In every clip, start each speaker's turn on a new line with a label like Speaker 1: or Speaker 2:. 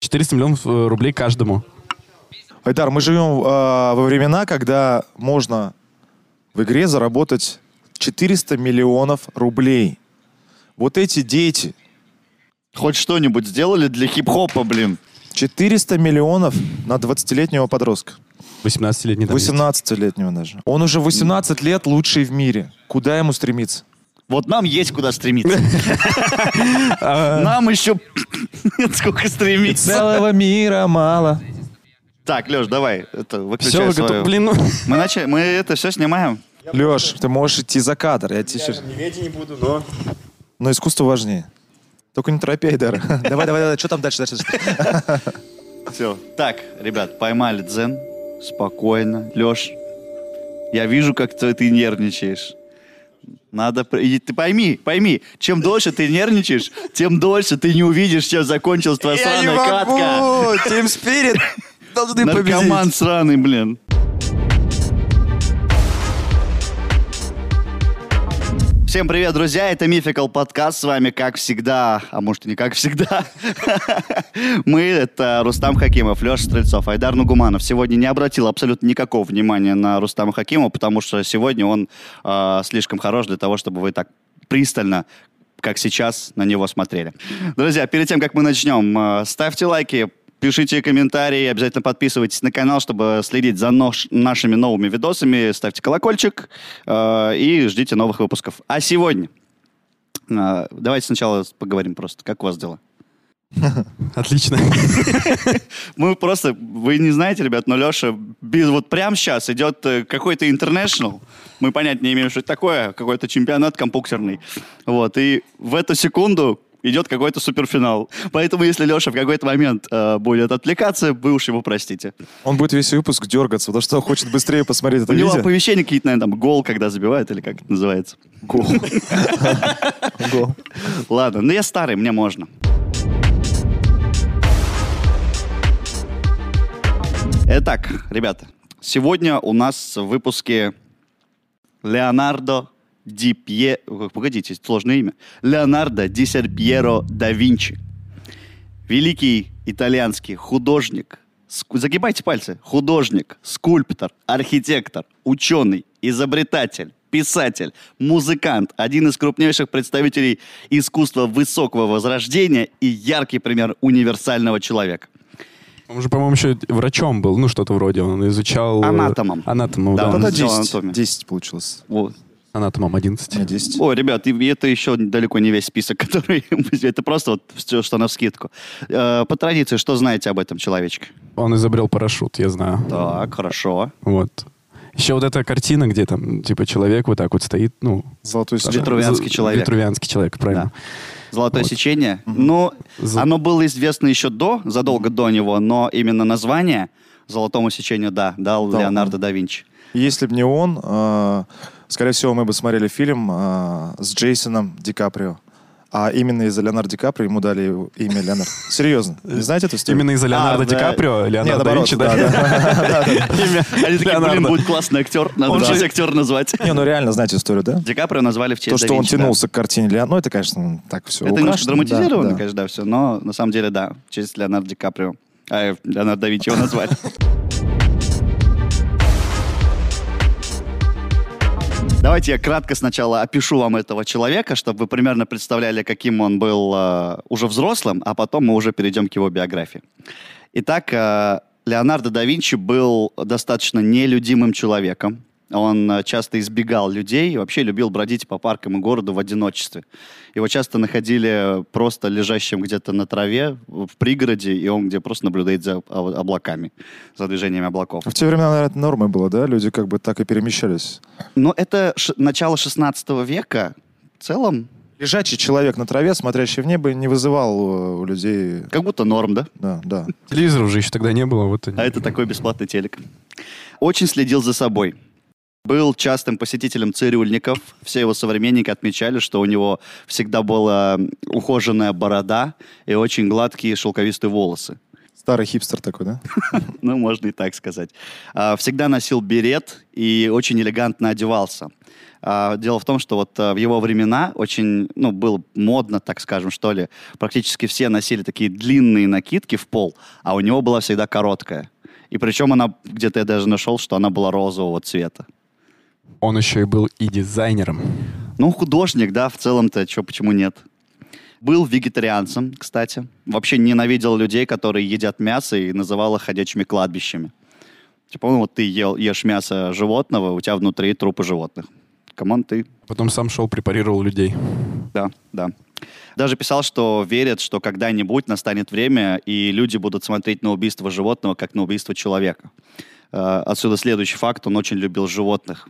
Speaker 1: 400 миллионов э, рублей каждому.
Speaker 2: Айдар, мы живем э, во времена, когда можно в игре заработать 400 миллионов рублей. Вот эти дети,
Speaker 3: Хоть что-нибудь сделали для хип-хопа, блин.
Speaker 2: 400 миллионов на 20-летнего подростка.
Speaker 1: 18-летний там есть.
Speaker 2: 18-летнего даже. Он уже 18 лет лучший в мире. Куда ему стремиться?
Speaker 3: Вот нам есть куда стремиться. Нам еще нет сколько стремиться.
Speaker 2: Целого мира мало.
Speaker 3: Так, Леш, давай, это
Speaker 1: Все,
Speaker 3: выключай
Speaker 1: вы готовы?
Speaker 3: свою.
Speaker 1: Блин, ну...
Speaker 3: Мы начали, мы это все снимаем.
Speaker 2: Леш, ты можешь идти за кадр. Я тебе щас-
Speaker 1: не буду, но...
Speaker 2: Но искусство важнее. Только не торопи, Айдар. Давай, давай, давай. Что там дальше? дальше, дальше?
Speaker 3: Все. Так, ребят, поймали дзен. Спокойно. Леш, я вижу, как ты, ты нервничаешь. Надо... пр- и ты пойми, пойми, чем дольше ты нервничаешь, тем дольше ты не увидишь, чем закончилась твоя сраная катка.
Speaker 1: Team Spirit должны
Speaker 3: Наркоман сраный, блин. Всем привет, друзья, это Мификал подкаст, с вами как всегда, а может и не как всегда, мы, это Рустам Хакимов, Леша Стрельцов, Айдар Нугуманов. Сегодня не обратил абсолютно никакого внимания на Рустама Хакимова, потому что сегодня он э, слишком хорош для того, чтобы вы так пристально как сейчас на него смотрели. Друзья, перед тем, как мы начнем, э, ставьте лайки, пишите комментарии, обязательно подписывайтесь на канал, чтобы следить за нош- нашими новыми видосами, ставьте колокольчик э, и ждите новых выпусков. А сегодня, э, давайте сначала поговорим просто, как у вас дела?
Speaker 1: Отлично.
Speaker 3: Мы просто, вы не знаете, ребят, но Леша без, вот прямо сейчас идет э, какой-то интернешнл, мы понять не имеем, что это такое, какой-то чемпионат компьютерный. Вот, и в эту секунду идет какой-то суперфинал. Поэтому, если Леша в какой-то момент э, будет отвлекаться, вы уж его простите.
Speaker 2: Он будет весь выпуск дергаться, потому что хочет быстрее посмотреть это
Speaker 3: У него
Speaker 2: видео.
Speaker 3: оповещения какие-то, наверное, там гол, когда забивают, или как это называется. Гол.
Speaker 2: Го.
Speaker 3: Ладно, ну я старый, мне можно. Итак, ребята, сегодня у нас в выпуске Леонардо Ди Пье... Ой, Погодите, сложное имя. Леонардо Ди Серпьеро да Винчи. Великий итальянский художник, ск- загибайте пальцы, художник, скульптор, архитектор, ученый, изобретатель, писатель, музыкант, один из крупнейших представителей искусства высокого возрождения и яркий пример универсального человека.
Speaker 1: Он же, по-моему, еще врачом был, ну что-то вроде. Он изучал... э,
Speaker 3: Анатомом.
Speaker 1: Анатомом,
Speaker 3: Да,
Speaker 1: да.
Speaker 3: он
Speaker 2: Ну,
Speaker 1: он-
Speaker 2: да,
Speaker 3: сделал
Speaker 2: 10.
Speaker 3: анатомию.
Speaker 2: 10 получилось.
Speaker 3: Вот.
Speaker 1: Анатомом 11.
Speaker 2: Не, 10.
Speaker 3: Ой, ребят, и это еще далеко не весь список, который... это просто вот все, что на скидку. По традиции, что знаете об этом человечке?
Speaker 1: Он изобрел парашют, я знаю.
Speaker 3: Так, хорошо.
Speaker 1: Вот. Еще вот эта картина, где там, типа, человек вот так вот стоит, ну...
Speaker 2: Золотой сечение.
Speaker 3: Витрувианский
Speaker 1: з-
Speaker 3: человек.
Speaker 1: Витрувианский человек, правильно.
Speaker 3: Золотое
Speaker 1: Вот.
Speaker 3: сечение. Ну,
Speaker 1: Зо-
Speaker 3: оно было известно еще до, задолго до него, но именно название золотому сечению, да, дал
Speaker 2: Да.
Speaker 3: Леонардо да Винчи.
Speaker 2: Если бы не он, э, скорее всего, мы бы смотрели фильм э, с Джейсоном Ди Каприо. А именно из-за Леонардо Ди Каприо ему дали его имя Леонард. Серьезно. Не знаете эту историю?
Speaker 1: Именно из-за
Speaker 3: А,
Speaker 1: Леонардо Ди Каприо, Леонардо да Винчи, да?
Speaker 3: Они такие, блин,
Speaker 1: Леонардо.
Speaker 3: будет классный актер, надо
Speaker 2: Он
Speaker 3: же
Speaker 2: же-
Speaker 3: актер назвать.
Speaker 2: Не, ну реально знаете историю, да?
Speaker 3: Ди Каприо назвали в честь
Speaker 2: То,
Speaker 3: да
Speaker 2: что он
Speaker 3: Винчи, да.
Speaker 2: тянулся к картине Леонардо, ну это, конечно, так все
Speaker 3: Это немножко драматизировано, конечно, да, все, но на самом деле, да, в честь Леонардо Ди Каприо. А, э, Леонардо да Винчи его назвали. Давайте я кратко сначала опишу вам этого человека, чтобы вы примерно представляли, каким он был э, уже взрослым, а потом мы уже перейдем к его биографии. Итак, э, Леонардо да Винчи был достаточно нелюдимым человеком. Он э, часто избегал людей и вообще любил бродить по паркам и городу в одиночестве. Его часто находили просто лежащим где-то на траве в пригороде, и он где просто наблюдает за о- облаками, за движениями облаков.
Speaker 2: В те времена, наверное, это нормой было, да? Люди как бы так и перемещались.
Speaker 3: Но это ш- начало 16 века в целом
Speaker 2: Лежачий человек на траве, смотрящий в небо, не вызывал э, у людей...
Speaker 3: как будто норм, да?
Speaker 2: Да, да.
Speaker 1: Телевизоров же еще тогда не было. Вот они.
Speaker 3: А это такой бесплатный телек. Очень следил за собой. Был частым посетителем цирюльников. Все его современники отмечали, что у него всегда была ухоженная борода и очень гладкие шелковистые волосы.
Speaker 2: Старый хипстер такой, да?
Speaker 3: Ну, можно и так сказать. А, Всегда носил берет и очень элегантно одевался. А, дело в том, что вот а, в его времена очень, ну, было модно, так скажем, что ли, практически все носили такие длинные накидки в пол, а у него была всегда короткая. И причем она, где-то я даже нашел, что она была розового цвета.
Speaker 1: Он еще и был и дизайнером.
Speaker 3: Ну, художник, да, в целом-то, чё, почему нет? Был вегетарианцем, кстати. Вообще ненавидел людей, которые едят мясо и называл их ходячими кладбищами. Типа, ну вот ты ел, ешь мясо животного, у тебя внутри трупы животных. Камон, ты
Speaker 1: Потом сам шел, препарировал людей.
Speaker 3: да, да. Даже писал, что верит, что когда-нибудь настанет время, и люди будут смотреть на убийство животного, как на убийство человека. Э, Отсюда следующий факт, он очень любил животных.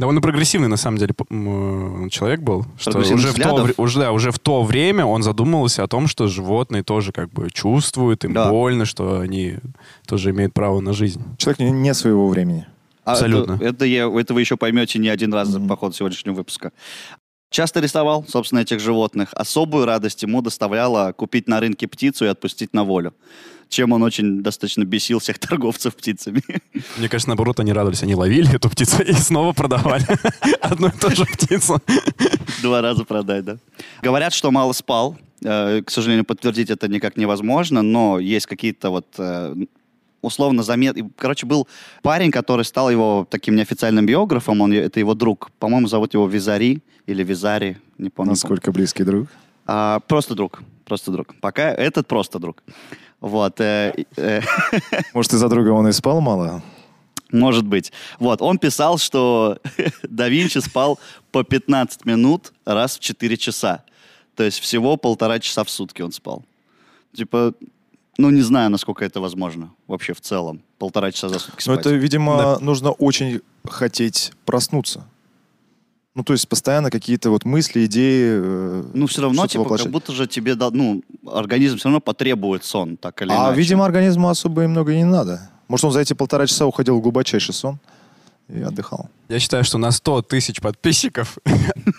Speaker 1: Довольно прогрессивный, на самом деле, п- м, э, человек был. Что
Speaker 3: Прогрессивных
Speaker 1: уже, в то,
Speaker 3: взглядов?
Speaker 1: вре- уже, да, уже в то время он задумывался о том, что животные тоже как бы чувствуют, им
Speaker 3: Да.
Speaker 1: больно, что они тоже имеют право на жизнь.
Speaker 2: Человек не, не своего времени.
Speaker 3: А
Speaker 1: Абсолютно.
Speaker 3: Это, это я, это вы еще поймете не один раз
Speaker 2: Мгм.
Speaker 3: по ходу сегодняшнего выпуска. Часто рисовал, собственно, этих животных. Особую радость ему доставляло купить на рынке птицу и отпустить на волю. Чем он очень достаточно бесил всех торговцев птицами.
Speaker 1: Мне кажется, наоборот, они радовались. Они ловили эту птицу и снова продавали одну и ту же птицу.
Speaker 3: Два раза продай, да. Говорят, что мало спал. Э, К сожалению, подтвердить это никак невозможно, но есть какие-то вот э, условно замет... и, Короче, был парень, который стал его таким неофициальным биографом, он, е- это его друг. По-моему, зовут его Визари или Визари, не помню.
Speaker 2: Насколько близкий друг.
Speaker 3: А, просто друг, просто друг. Пока этот просто друг. Вот, э, э,
Speaker 2: Может, из-за друга он и спал мало?
Speaker 3: может быть. Вот, он писал, что да Винчи спал по 15 минут раз в 4 часа. То есть всего полтора часа в сутки он спал. Типа, ну не знаю, насколько это возможно вообще в целом. Полтора часа за сутки
Speaker 2: Ну,
Speaker 3: спать.
Speaker 2: это, видимо, нужно очень хотеть проснуться. Ну, то есть постоянно какие-то вот мысли, идеи. э,
Speaker 3: Ну все равно,
Speaker 2: что-то
Speaker 3: типа, как
Speaker 2: воплощать.
Speaker 3: будто же тебе, да, ну, организм все равно потребует сон, так или
Speaker 2: А,
Speaker 3: иначе.
Speaker 2: видимо, организму особо и много и не надо. Может, он за эти полтора часа уходил в глубочайший сон и отдыхал.
Speaker 1: Я считаю, что на 100 тысяч подписчиков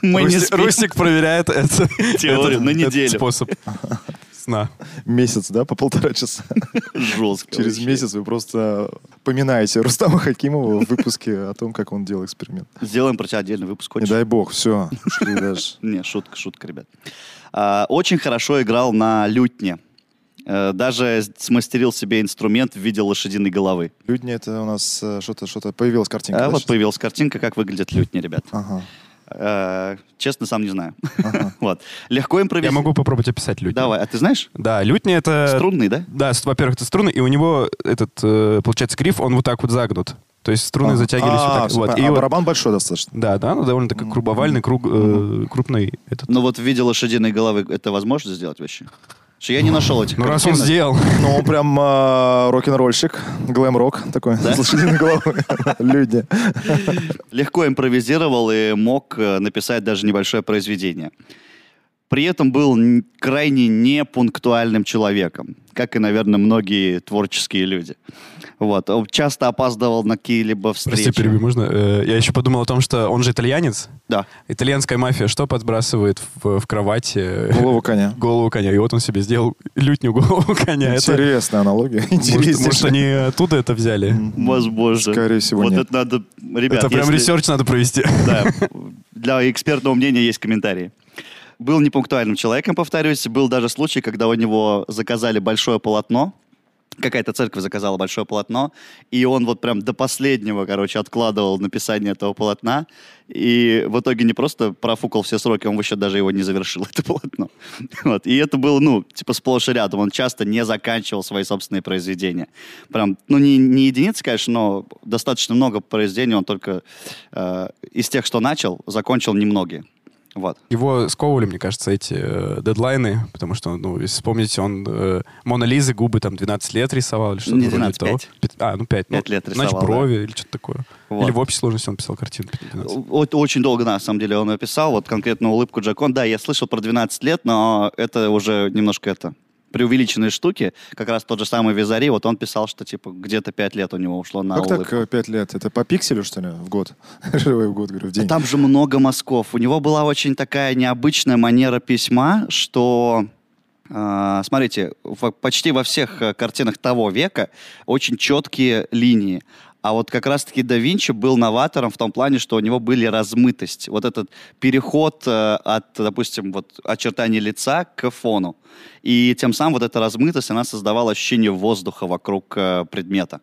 Speaker 3: Мы не
Speaker 1: Русик,
Speaker 3: спим.
Speaker 1: Русик проверяет это-
Speaker 3: Теорию
Speaker 1: этот-
Speaker 3: на
Speaker 1: этот
Speaker 3: неделю.
Speaker 1: способ сна.
Speaker 2: Месяц, да, по полтора часа.
Speaker 3: Жестко.
Speaker 2: Через
Speaker 3: вообще.
Speaker 2: месяц вы просто поминаете Рустама Хакимова в выпуске о том, как он делал эксперимент.
Speaker 3: Сделаем про тебя отдельный выпуск.
Speaker 2: Не
Speaker 3: хочешь?
Speaker 2: дай бог, все. Ушли дальше.
Speaker 3: Не, шутка, шутка, ребят. А, очень хорошо играл на лютне. Э, даже смастерил себе инструмент в виде лошадиной головы.
Speaker 2: Людни это у нас э, что-то что-то появилась картинка.
Speaker 3: А
Speaker 2: да,
Speaker 3: вот
Speaker 2: сейчас?
Speaker 3: появилась картинка, как выглядит лютни, ребят.
Speaker 2: Ага.
Speaker 3: Э, честно, сам не знаю.
Speaker 2: ага.
Speaker 3: Вот. Легко
Speaker 1: Я
Speaker 3: импровизировать.
Speaker 1: могу попробовать описать лютню. Э,
Speaker 3: Давай, а ты знаешь?
Speaker 1: Да, лютня это...
Speaker 3: Струнный, да?
Speaker 1: Да, с- во-первых, это струны, и у него этот, э, получается, гриф, он вот так вот загнут. То есть струны
Speaker 2: А.
Speaker 1: затягивались
Speaker 2: А,
Speaker 1: вот так.
Speaker 2: всё
Speaker 1: Вот.
Speaker 2: понятно.
Speaker 1: И
Speaker 2: А
Speaker 1: вот-
Speaker 2: барабан большой достаточно.
Speaker 1: Да, да, ну довольно такой круговальный, круг, э, крупный этот.
Speaker 3: Ну вот в виде лошадиной головы это возможно сделать вообще? Что я не нашел этих
Speaker 1: Ну, раз он
Speaker 3: картинок.
Speaker 1: сделал.
Speaker 2: Ну, он прям э, рок-н-ролльщик, глэм-рок такой, с лошадиной головой. Люди.
Speaker 3: легко импровизировал и мог э, написать даже небольшое произведение. При этом был н- крайне непунктуальным человеком, как и, наверное, многие творческие люди. Вот. Он часто опаздывал на какие-либо встречи.
Speaker 1: Прости, перебью, можно? Э, Я еще подумал о том, что он же итальянец.
Speaker 3: Да.
Speaker 1: Итальянская мафия что подбрасывает в, в кровати?
Speaker 2: Голову коня.
Speaker 1: Голову коня. И вот он себе сделал лютню голову коня. Это-
Speaker 2: Интересная аналогия.
Speaker 1: Может, может,
Speaker 2: Интереснейшая.
Speaker 1: они оттуда это взяли?
Speaker 3: Возможно.
Speaker 2: Скорее всего,
Speaker 3: Вот
Speaker 2: нет.
Speaker 3: это надо... Ребят,
Speaker 1: это прям
Speaker 3: если-
Speaker 1: ресерч надо провести.
Speaker 3: Да. Для экспертного мнения есть комментарии. Был непунктуальным человеком, повторюсь. Был даже случай, когда у него заказали большое полотно. Какая-то церковь заказала большое полотно, и он вот прям до последнего, короче, откладывал написание этого полотна, и в итоге не просто профукал все сроки, он еще даже его не завершил, это полотно. Вот. И это было, ну, типа сплошь и рядом. Он часто не заканчивал свои собственные произведения. Прям, ну, не, не единицы, конечно, но достаточно много произведений он только э, из тех, что начал, закончил немногие. Вот.
Speaker 1: Его сковывали, мне кажется, эти э, дедлайны, потому что, ну, если вспомните, он э, Мона Лизы губы там 12 лет рисовал или что-то
Speaker 3: Не
Speaker 1: вроде
Speaker 3: 12,
Speaker 1: того.
Speaker 3: пять.
Speaker 1: Пят- А, ну 5.
Speaker 3: Пять лет
Speaker 1: Значит,
Speaker 3: рисовал,
Speaker 1: брови или что-то такое.
Speaker 3: Вот.
Speaker 1: Или в общей сложности он писал картину 15.
Speaker 3: О- Очень долго, на самом деле, он ее писал. Вот конкретно «Улыбку Джакон». Да, я слышал про 12 лет, но это уже немножко это преувеличенные штуки. Как раз тот же самый Визари, вот он писал, что типа где-то 5 лет у него ушло на
Speaker 2: Как
Speaker 3: улыбку.
Speaker 2: так э, пять лет? Это по пикселю, что ли, в год? Ой, В год, говорю, в
Speaker 3: Да
Speaker 2: день.
Speaker 3: А Там же много мазков. У него была очень такая необычная манера письма, что... э, Смотрите, в- почти во всех э, картинах того века очень четкие линии. А вот как раз-таки да Винчи был новатором в том плане, что у него были размытость. Вот этот переход э, от, допустим, вот очертания лица к фону. И тем самым вот эта размытость, она создавала ощущение воздуха вокруг э, предмета.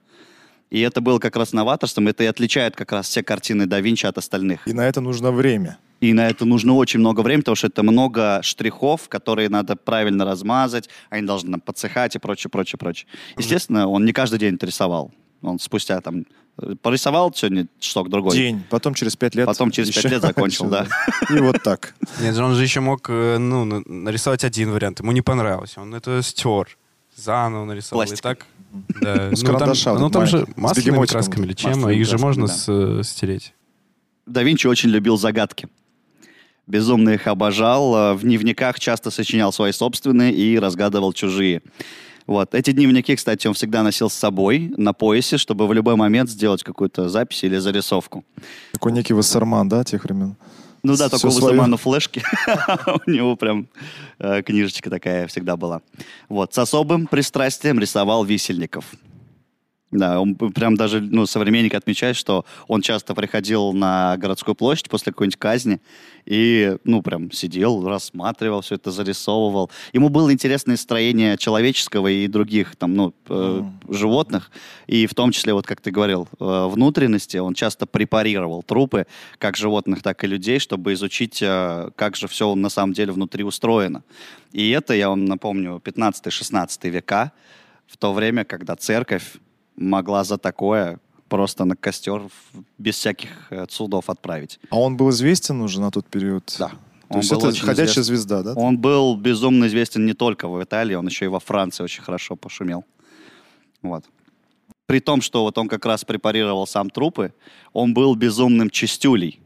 Speaker 3: И это было как раз новаторством, это и отличает как раз все картины да Винчи от остальных.
Speaker 2: И на это нужно время.
Speaker 3: И на это нужно очень много времени, потому что это много штрихов, которые надо правильно размазать, они должны там, подсыхать и прочее, прочее, прочее. Естественно, он не каждый день это рисовал. Он спустя там э, порисовал сегодня часок-другой.
Speaker 2: День. Потом через пять лет.
Speaker 3: Потом через пять
Speaker 2: еще-
Speaker 3: лет закончил, да.
Speaker 2: И вот так.
Speaker 1: Нет, же он же еще мог э, ну, на- нарисовать один вариант. Ему не понравилось. Он это стер. Заново нарисовал.
Speaker 3: Пластик.
Speaker 1: И так. Да.
Speaker 2: Ну, с карандаша вот
Speaker 1: ну, там
Speaker 2: этот
Speaker 1: же
Speaker 2: маленький, с
Speaker 1: масляными
Speaker 2: бегемотиком.
Speaker 1: красками или чем, а
Speaker 3: Масляными
Speaker 1: их же
Speaker 3: красками,
Speaker 1: можно
Speaker 3: да.
Speaker 1: с, э, стереть.
Speaker 3: Да Винчи очень любил загадки. Безумно их обожал. э, В дневниках часто сочинял свои собственные и разгадывал чужие. Вот. Эти дневники, кстати, он всегда носил с собой на поясе, чтобы в любой момент сделать какую-то запись или зарисовку.
Speaker 2: Такой некий Вассерман, да, тех времен.
Speaker 3: Ну
Speaker 2: Всё
Speaker 3: да, только у
Speaker 2: своё.
Speaker 3: Вазермана флешки. У него прям э, книжечка такая всегда была. Вот. С особым пристрастием рисовал висельников. Да, он п- прям даже, ну, современник отмечает, что он часто приходил на городскую площадь после какой-нибудь казни и, ну, прям сидел, рассматривал все это, зарисовывал. Ему было интересно и строение человеческого и других, там, ну, э, животных, и в том числе, вот как ты говорил, э, внутренности. Он часто препарировал трупы, как животных, так и людей, чтобы изучить, э, как же все на самом деле внутри устроено. И это, я вам напомню, 15-16 века, в то время, когда церковь могла за такое просто на костер в- без всяких э, судов отправить.
Speaker 2: А он был известен уже на тот период?
Speaker 3: Да.
Speaker 2: То
Speaker 3: Он
Speaker 2: есть
Speaker 3: был
Speaker 2: это
Speaker 3: очень
Speaker 2: ходячая
Speaker 3: известен.
Speaker 2: звезда, да?
Speaker 3: Он был безумно известен не только в Италии, он еще и во Франции очень хорошо пошумел. Вот. При том, что вот он как раз препарировал сам трупы, он был безумным чистюлей.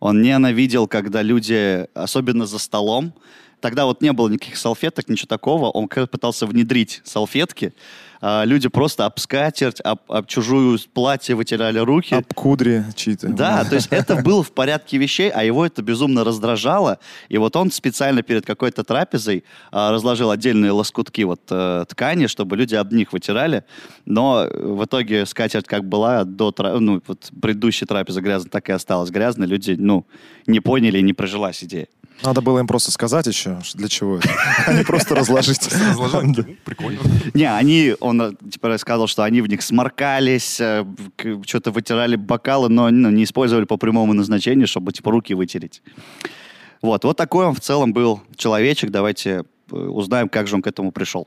Speaker 3: Он ненавидел, когда люди, особенно за столом, тогда вот не было никаких салфеток, ничего такого, он как раз пытался внедрить салфетки, а люди просто об скатерть, об, об чужую платье вытирали руки.
Speaker 2: Об кудре А чьи-то.
Speaker 3: Да, то есть это было в порядке вещей, а его это безумно раздражало. И вот он специально перед какой-то трапезой а, разложил отдельные лоскутки вот э, ткани, чтобы люди об них вытирали. Но э, в итоге скатерть как была до тра- ну, вот предыдущей трапезы грязной, так и осталась грязной. Люди, ну, не поняли и не прожилась идея.
Speaker 2: Надо было им просто сказать еще, ш- для чего это. А не просто разложить. Да.
Speaker 1: Прикольно.
Speaker 3: Не, они, он э, типа рассказывал, что они в них сморкались, э, к- что-то вытирали бокалы, но ну, не использовали по прямому назначению, чтобы типа руки вытереть. Вот, вот такой он в целом был человечек. Давайте э, узнаем, как же он к этому пришел.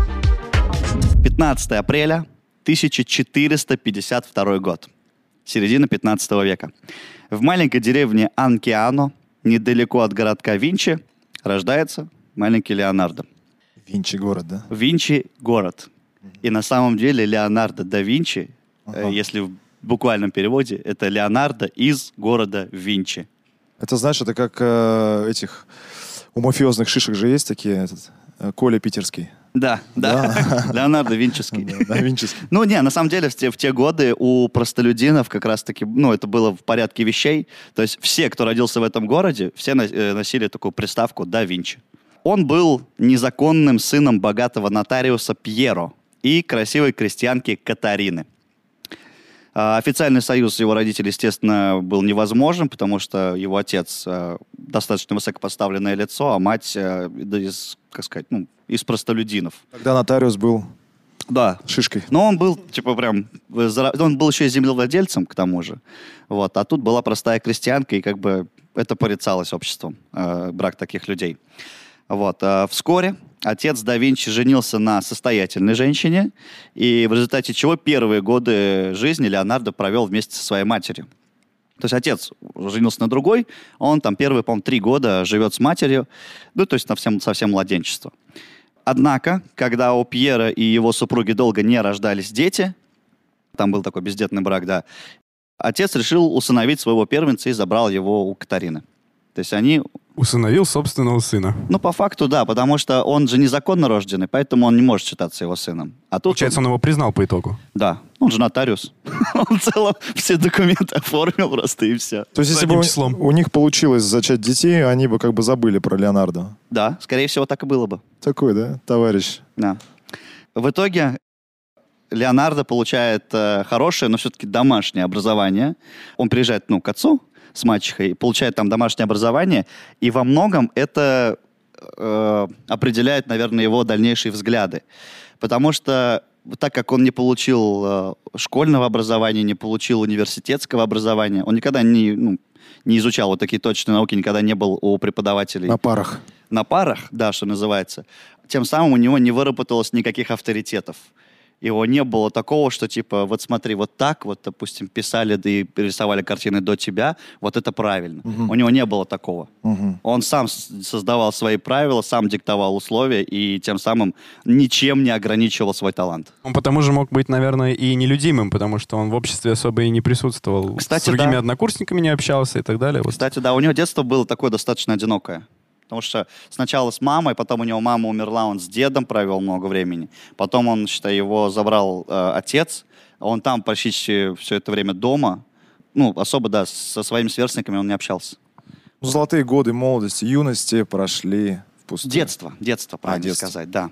Speaker 3: — 15 апреля 1452 год. Середина 15 века. В маленькой деревне Анкиано, недалеко от городка Винчи, рождается маленький Леонардо.
Speaker 2: Винчи город, да?
Speaker 3: Винчи — город. И на самом деле Леонардо да Винчи, э,
Speaker 2: Ага.
Speaker 3: если в буквальном переводе, это Леонардо из города Винчи.
Speaker 2: Это, знаешь, это как э, этих... У мафиозных шишек же есть такие, этот, э, Коля Питерский.
Speaker 3: Да, да. Леонардо Винческий.
Speaker 2: Да, да, Винческий.
Speaker 3: Ну, не, на самом деле, в те, в те годы у простолюдинов как раз-таки, ну, это было в порядке вещей. То есть все, кто родился в этом городе, все на- э, носили такую приставку «да Винчи». Он был незаконным сыном богатого нотариуса Пьеро и красивой крестьянки Катарины. А, Официальный союз его родителей, естественно, был невозможен, потому что его отец э, достаточно высокопоставленное лицо, а мать э, да из, как сказать, ну, из простолюдинов.
Speaker 2: Тогда нотариус был
Speaker 3: Да,
Speaker 2: шишкой.
Speaker 3: но он был, типа, прям... э, зара- Он был еще и землевладельцем, к тому же. Вот. А тут была простая крестьянка, и как бы это порицалось обществом, э, брак таких людей. Вот. а вскоре отец да Винчи женился на состоятельной женщине, и в результате чего первые годы жизни Леонардо провел вместе со своей матерью. То есть отец женился на другой, он там первые, по-моему, три года живет с матерью, ну, то есть на всем, совсем младенчество. Однако, когда у Пьера и его супруги долго не рождались дети, там был такой бездетный брак, да, отец решил усыновить своего первенца и забрал его у Катарины. То есть они,
Speaker 1: Усыновил собственного сына.
Speaker 3: ну, по факту, да, потому что он же незаконно рожденный, поэтому он не может считаться его сыном. А тут,
Speaker 1: Получается, он его признал по итогу.
Speaker 3: да, он же нотариус. Он в целом все документы оформил просто и все.
Speaker 2: То есть, если
Speaker 1: Задним
Speaker 2: бы
Speaker 1: числом.
Speaker 2: у, у них получилось зачать детей, они бы как бы забыли про Леонардо.
Speaker 3: Да, скорее всего, так и было бы.
Speaker 2: Такой, да, товарищ?
Speaker 3: Да. В итоге Леонардо получает э, хорошее, но все-таки домашнее образование. Он приезжает, ну, к отцу с мачехой, получает там домашнее образование, и во многом это э, определяет, наверное, его дальнейшие взгляды. Потому что так как он не получил э, школьного образования, не получил университетского образования, он никогда не, ну, не изучал вот такие точные науки, никогда не был у преподавателей
Speaker 2: на парах.
Speaker 3: на парах, да, что называется, тем самым у него не выработалось никаких авторитетов. Его не было такого, что типа, вот смотри, вот так вот, допустим, писали да и рисовали картины до тебя, вот это правильно.
Speaker 2: Мгм.
Speaker 3: У него не было такого.
Speaker 2: Мгм.
Speaker 3: Он сам с- создавал свои правила, сам диктовал условия и тем самым ничем не ограничивал свой талант.
Speaker 1: Он Ну, потому же мог быть, наверное, и нелюдимым, потому что он в обществе особо и не присутствовал.
Speaker 3: Кстати,
Speaker 1: С другими
Speaker 3: да.
Speaker 1: однокурсниками не общался и так далее. Вот.
Speaker 3: Кстати, да, у него детство было такое достаточно одинокое. Потому что сначала с мамой, потом у него мама умерла, он с дедом провел много времени. Потом он, считай, его забрал э, отец, а он там почти все это время дома. Ну, особо, да, со своими сверстниками он не общался.
Speaker 2: Ну, Золотые годы молодости, юности прошли впустую.
Speaker 3: Детство, детство, правильно
Speaker 2: детство.
Speaker 3: сказать, да.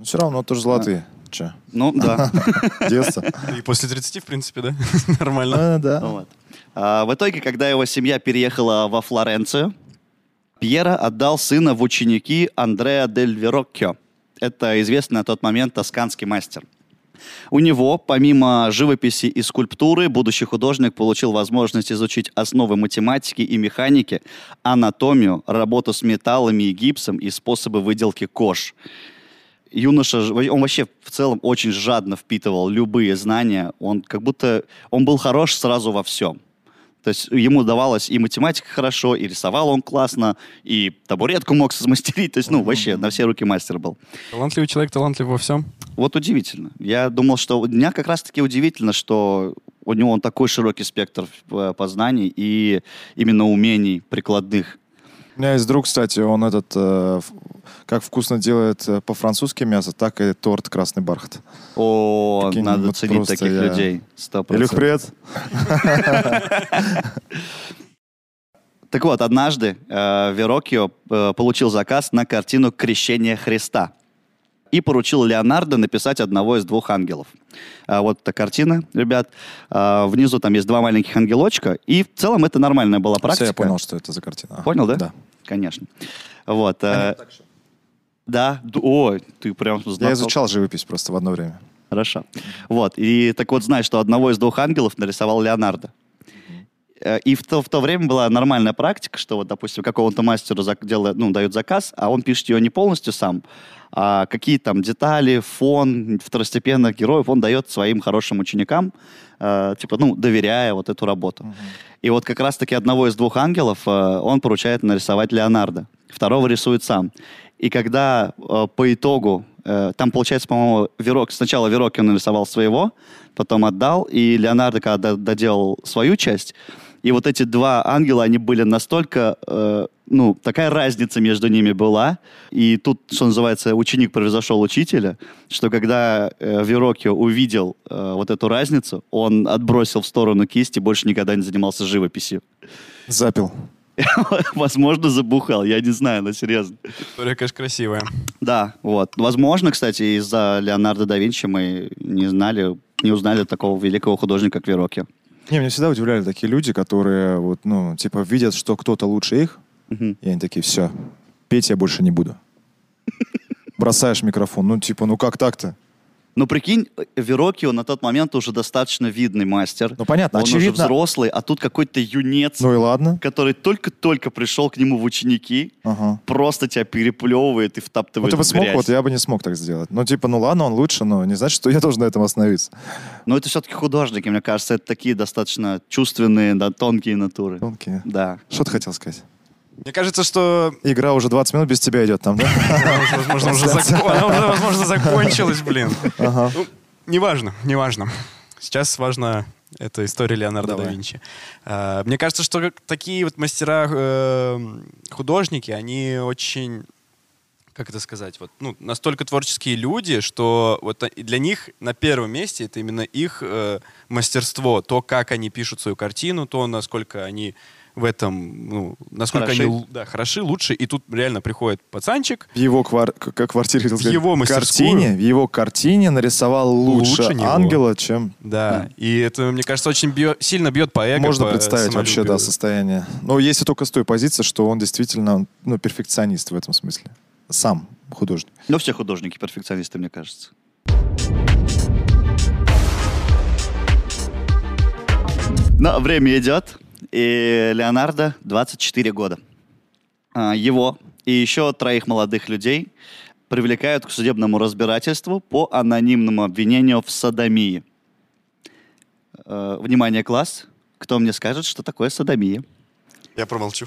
Speaker 2: Все равно тоже золотые. Че?
Speaker 3: Ну, да.
Speaker 2: Детство.
Speaker 1: И после 30, в принципе, да? Нормально.
Speaker 2: А, Да.
Speaker 3: Вот. А, в итоге, когда его семья переехала во Флоренцию, Пьера отдал сына в ученики Андреа дель Вероккио. Это известный на тот момент тосканский мастер. У него, помимо живописи и скульптуры, будущий художник получил возможность изучить основы математики и механики, анатомию, работу с металлами и гипсом и способы выделки кож юноша, ж- он вообще в целом очень жадно впитывал любые знания. Он как будто, он был хорош сразу во всем. То есть ему давалась и математика хорошо, и рисовал он классно, и табуретку мог смастерить. То есть, ну, вообще, на все руки мастер был.
Speaker 1: Талантливый человек, талантлив во всем.
Speaker 3: Вот удивительно. Я думал, что у меня как раз-таки удивительно, что у него он такой широкий спектр э, познаний и именно умений прикладных.
Speaker 2: У меня есть друг, кстати, он этот э, в- как вкусно делает э, по-французски мясо, так и торт красный бархат.
Speaker 3: О,
Speaker 2: Такие
Speaker 3: надо
Speaker 2: вот
Speaker 3: ценить
Speaker 2: просто
Speaker 3: таких
Speaker 2: я-
Speaker 3: людей. Сто
Speaker 2: Илюх,
Speaker 3: процентов.
Speaker 2: привет.
Speaker 3: Так вот, однажды э, Верокио э, получил заказ на картину «Крещение Христа» и поручил Леонардо написать одного из двух ангелов. А вот эта картина, ребят. А, внизу там есть два маленьких ангелочка, и в целом это нормальная была
Speaker 2: Все,
Speaker 3: практика.
Speaker 2: я понял, что это за картина.
Speaker 3: Понял, да?
Speaker 2: Да.
Speaker 3: Конечно. Вот. э, да. Д- О, ты прям
Speaker 2: Я
Speaker 3: знаток.
Speaker 2: изучал живопись просто в одно время.
Speaker 3: Хорошо. Вот. И так вот, знаешь, что одного из двух ангелов нарисовал Леонардо. Э, И в то, в то время была нормальная практика, что вот, допустим, какому-то мастеру зак- делает, ну, дают заказ, а он пишет ее не полностью сам, а какие там детали, фон второстепенных героев он дает своим хорошим ученикам, э, типа, ну, доверяя вот эту работу. И вот как раз-таки одного из двух ангелов э, он поручает нарисовать Леонардо, второго рисует сам. И когда э, по итогу, э, там получается, по-моему, Верок, сначала Верокин нарисовал своего, потом отдал, и Леонардо когда до- доделал свою часть, и вот эти два ангела, они были настолько, э, ну, такая разница между ними была. И тут, что называется, ученик превзошел учителя, что когда э, Верокио увидел э, вот эту разницу, он отбросил в сторону кисть и больше никогда не занимался живописью.
Speaker 2: Запил.
Speaker 3: Возможно, забухал, я не знаю, но серьезно.
Speaker 1: История, конечно, красивая.
Speaker 3: Да, вот. Возможно, кстати, из-за Леонардо да Винчи мы не знали, не узнали такого великого художника, как Верокио.
Speaker 2: Не, меня всегда удивляли такие люди, которые вот, ну, типа, видят, что кто-то лучше их,
Speaker 3: Мгм.
Speaker 2: и они такие, все, петь я больше не буду. Бросаешь микрофон, ну, типа, ну как так-то?
Speaker 3: Ну, прикинь, Верокио на тот момент уже достаточно видный мастер.
Speaker 2: Ну, понятно,
Speaker 3: Он уже
Speaker 2: очевидно.
Speaker 3: взрослый, а тут какой-то юнец,
Speaker 2: Ну и ладно.
Speaker 3: который только-только пришел к нему в ученики,
Speaker 2: Ага.
Speaker 3: просто тебя переплевывает и
Speaker 2: Вот
Speaker 3: втаптывает
Speaker 2: ты бы
Speaker 3: в
Speaker 2: смог,
Speaker 3: грязь.
Speaker 2: вот я бы не смог так сделать. Ну, типа, ну ладно, он лучше, но не значит, что я должен на этом остановиться.
Speaker 3: Но это все-таки художники, мне кажется, это такие достаточно чувственные, да, тонкие натуры.
Speaker 2: Тонкие.
Speaker 3: Да.
Speaker 2: Что ты хотел сказать?
Speaker 1: Мне кажется, что,
Speaker 2: Игра уже 20 минут без тебя идет там, да?
Speaker 1: возможно, уже зако- она уже, возможно, закончилась, блин.
Speaker 2: Ага.
Speaker 1: Ну, неважно, неважно. Сейчас важно эта история Леонардо
Speaker 2: Давай.
Speaker 1: да Винчи. А, Мне кажется, что как- такие вот мастера, э, художники, они очень как это сказать, вот, ну, настолько творческие люди, что вот а- и для них на первом месте это именно их э, мастерство, то, как они пишут свою картину, то, насколько они в этом, ну, насколько
Speaker 3: Хороши.
Speaker 1: они л- да, хороши, лучше. И тут реально приходит пацанчик,
Speaker 2: В его квар... к- как квартире хотел
Speaker 1: В
Speaker 2: сказать,
Speaker 1: его мастерскую?
Speaker 2: картине, в его картине нарисовал лучше,
Speaker 1: Лучше него.
Speaker 2: ангела, чем
Speaker 1: да. И это, мне кажется, очень бьё- сильно бьет по эго,
Speaker 2: можно
Speaker 1: по
Speaker 3: э,
Speaker 2: представить вообще, да,
Speaker 1: самолюбию.
Speaker 2: состояние. Но если только с той позиции, что он действительно, ну, перфекционист в этом смысле. Сам художник.
Speaker 3: Но все художники перфекционисты, мне кажется. Но время идет, и Леонардо 24 года. А, Его и еще троих молодых людей привлекают к судебному разбирательству по анонимному обвинению в садомии. Э, Внимание, класс. Кто мне скажет, что такое садомия?
Speaker 1: Я промолчу.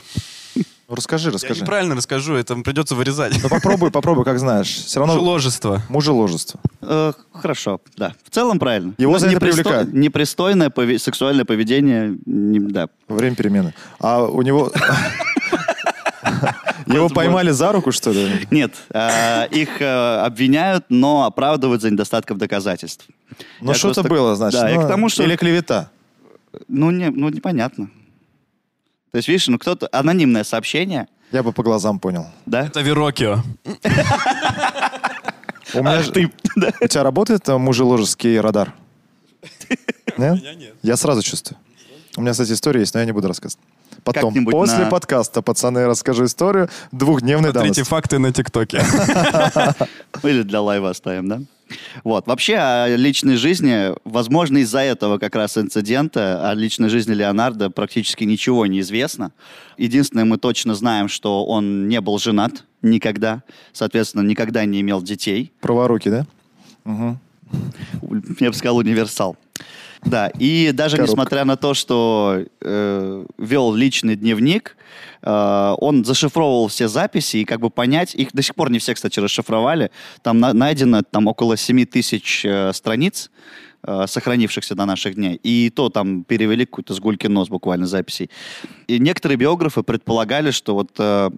Speaker 2: Ну, расскажи,
Speaker 1: Я
Speaker 2: расскажи.
Speaker 1: неправильно расскажу, это придется вырезать.
Speaker 2: Ну, попробуй, попробуй, как знаешь. Все равно
Speaker 1: Ложество.
Speaker 2: мужеложество.
Speaker 3: Э, хорошо, да. В целом правильно.
Speaker 2: Его
Speaker 3: Но
Speaker 2: за это
Speaker 3: непристо-
Speaker 2: привлекают.
Speaker 3: Непристойное пове- сексуальное поведение, не- да.
Speaker 2: Время перемены. А у него... Его поймали за руку, что ли?
Speaker 3: Нет, э, их э, обвиняют, но оправдывают за недостатков доказательств.
Speaker 2: Ну,
Speaker 3: Я
Speaker 2: что-то
Speaker 3: просто-
Speaker 2: было, значит.
Speaker 3: Да, я
Speaker 2: ну,
Speaker 3: к тому, что-
Speaker 2: Или клевета.
Speaker 3: Ну, не, ну непонятно. То есть, видишь, ну кто-то... Анонимное сообщение,
Speaker 2: Я бы по глазам понял.
Speaker 3: да?
Speaker 1: Это Верокио.
Speaker 2: У меня ж- У тебя работает э, мужеложеский радар? Нет?
Speaker 1: нет.
Speaker 2: Я сразу чувствую. У меня, кстати, история есть, но я не буду рассказывать. Потом,
Speaker 3: Как-нибудь
Speaker 2: после
Speaker 3: на-
Speaker 2: подкаста, пацаны, расскажу историю двухдневной
Speaker 1: Смотрите
Speaker 2: давности.
Speaker 1: факты на ТикТоке.
Speaker 3: Ну, Или для лайва оставим, да? Вот. Вообще, о личной жизни, возможно, из-за этого как раз инцидента о личной жизни Леонардо практически ничего не известно. Единственное, мы точно знаем, что он не был женат никогда, соответственно, никогда не имел детей.
Speaker 2: Праворуки, да? Мгм.
Speaker 3: Я бы сказал, универсал. Да, и даже
Speaker 2: Коробка.
Speaker 3: несмотря на то, что э, вел личный дневник, э, он зашифровывал все записи, и как бы понять, их до сих пор не все, кстати, расшифровали, там на- найдено там около 7 тысяч э, страниц, э, сохранившихся до наших дней, и то там перевели какой-то с гульки нос буквально записей. И некоторые биографы предполагали, что вот э,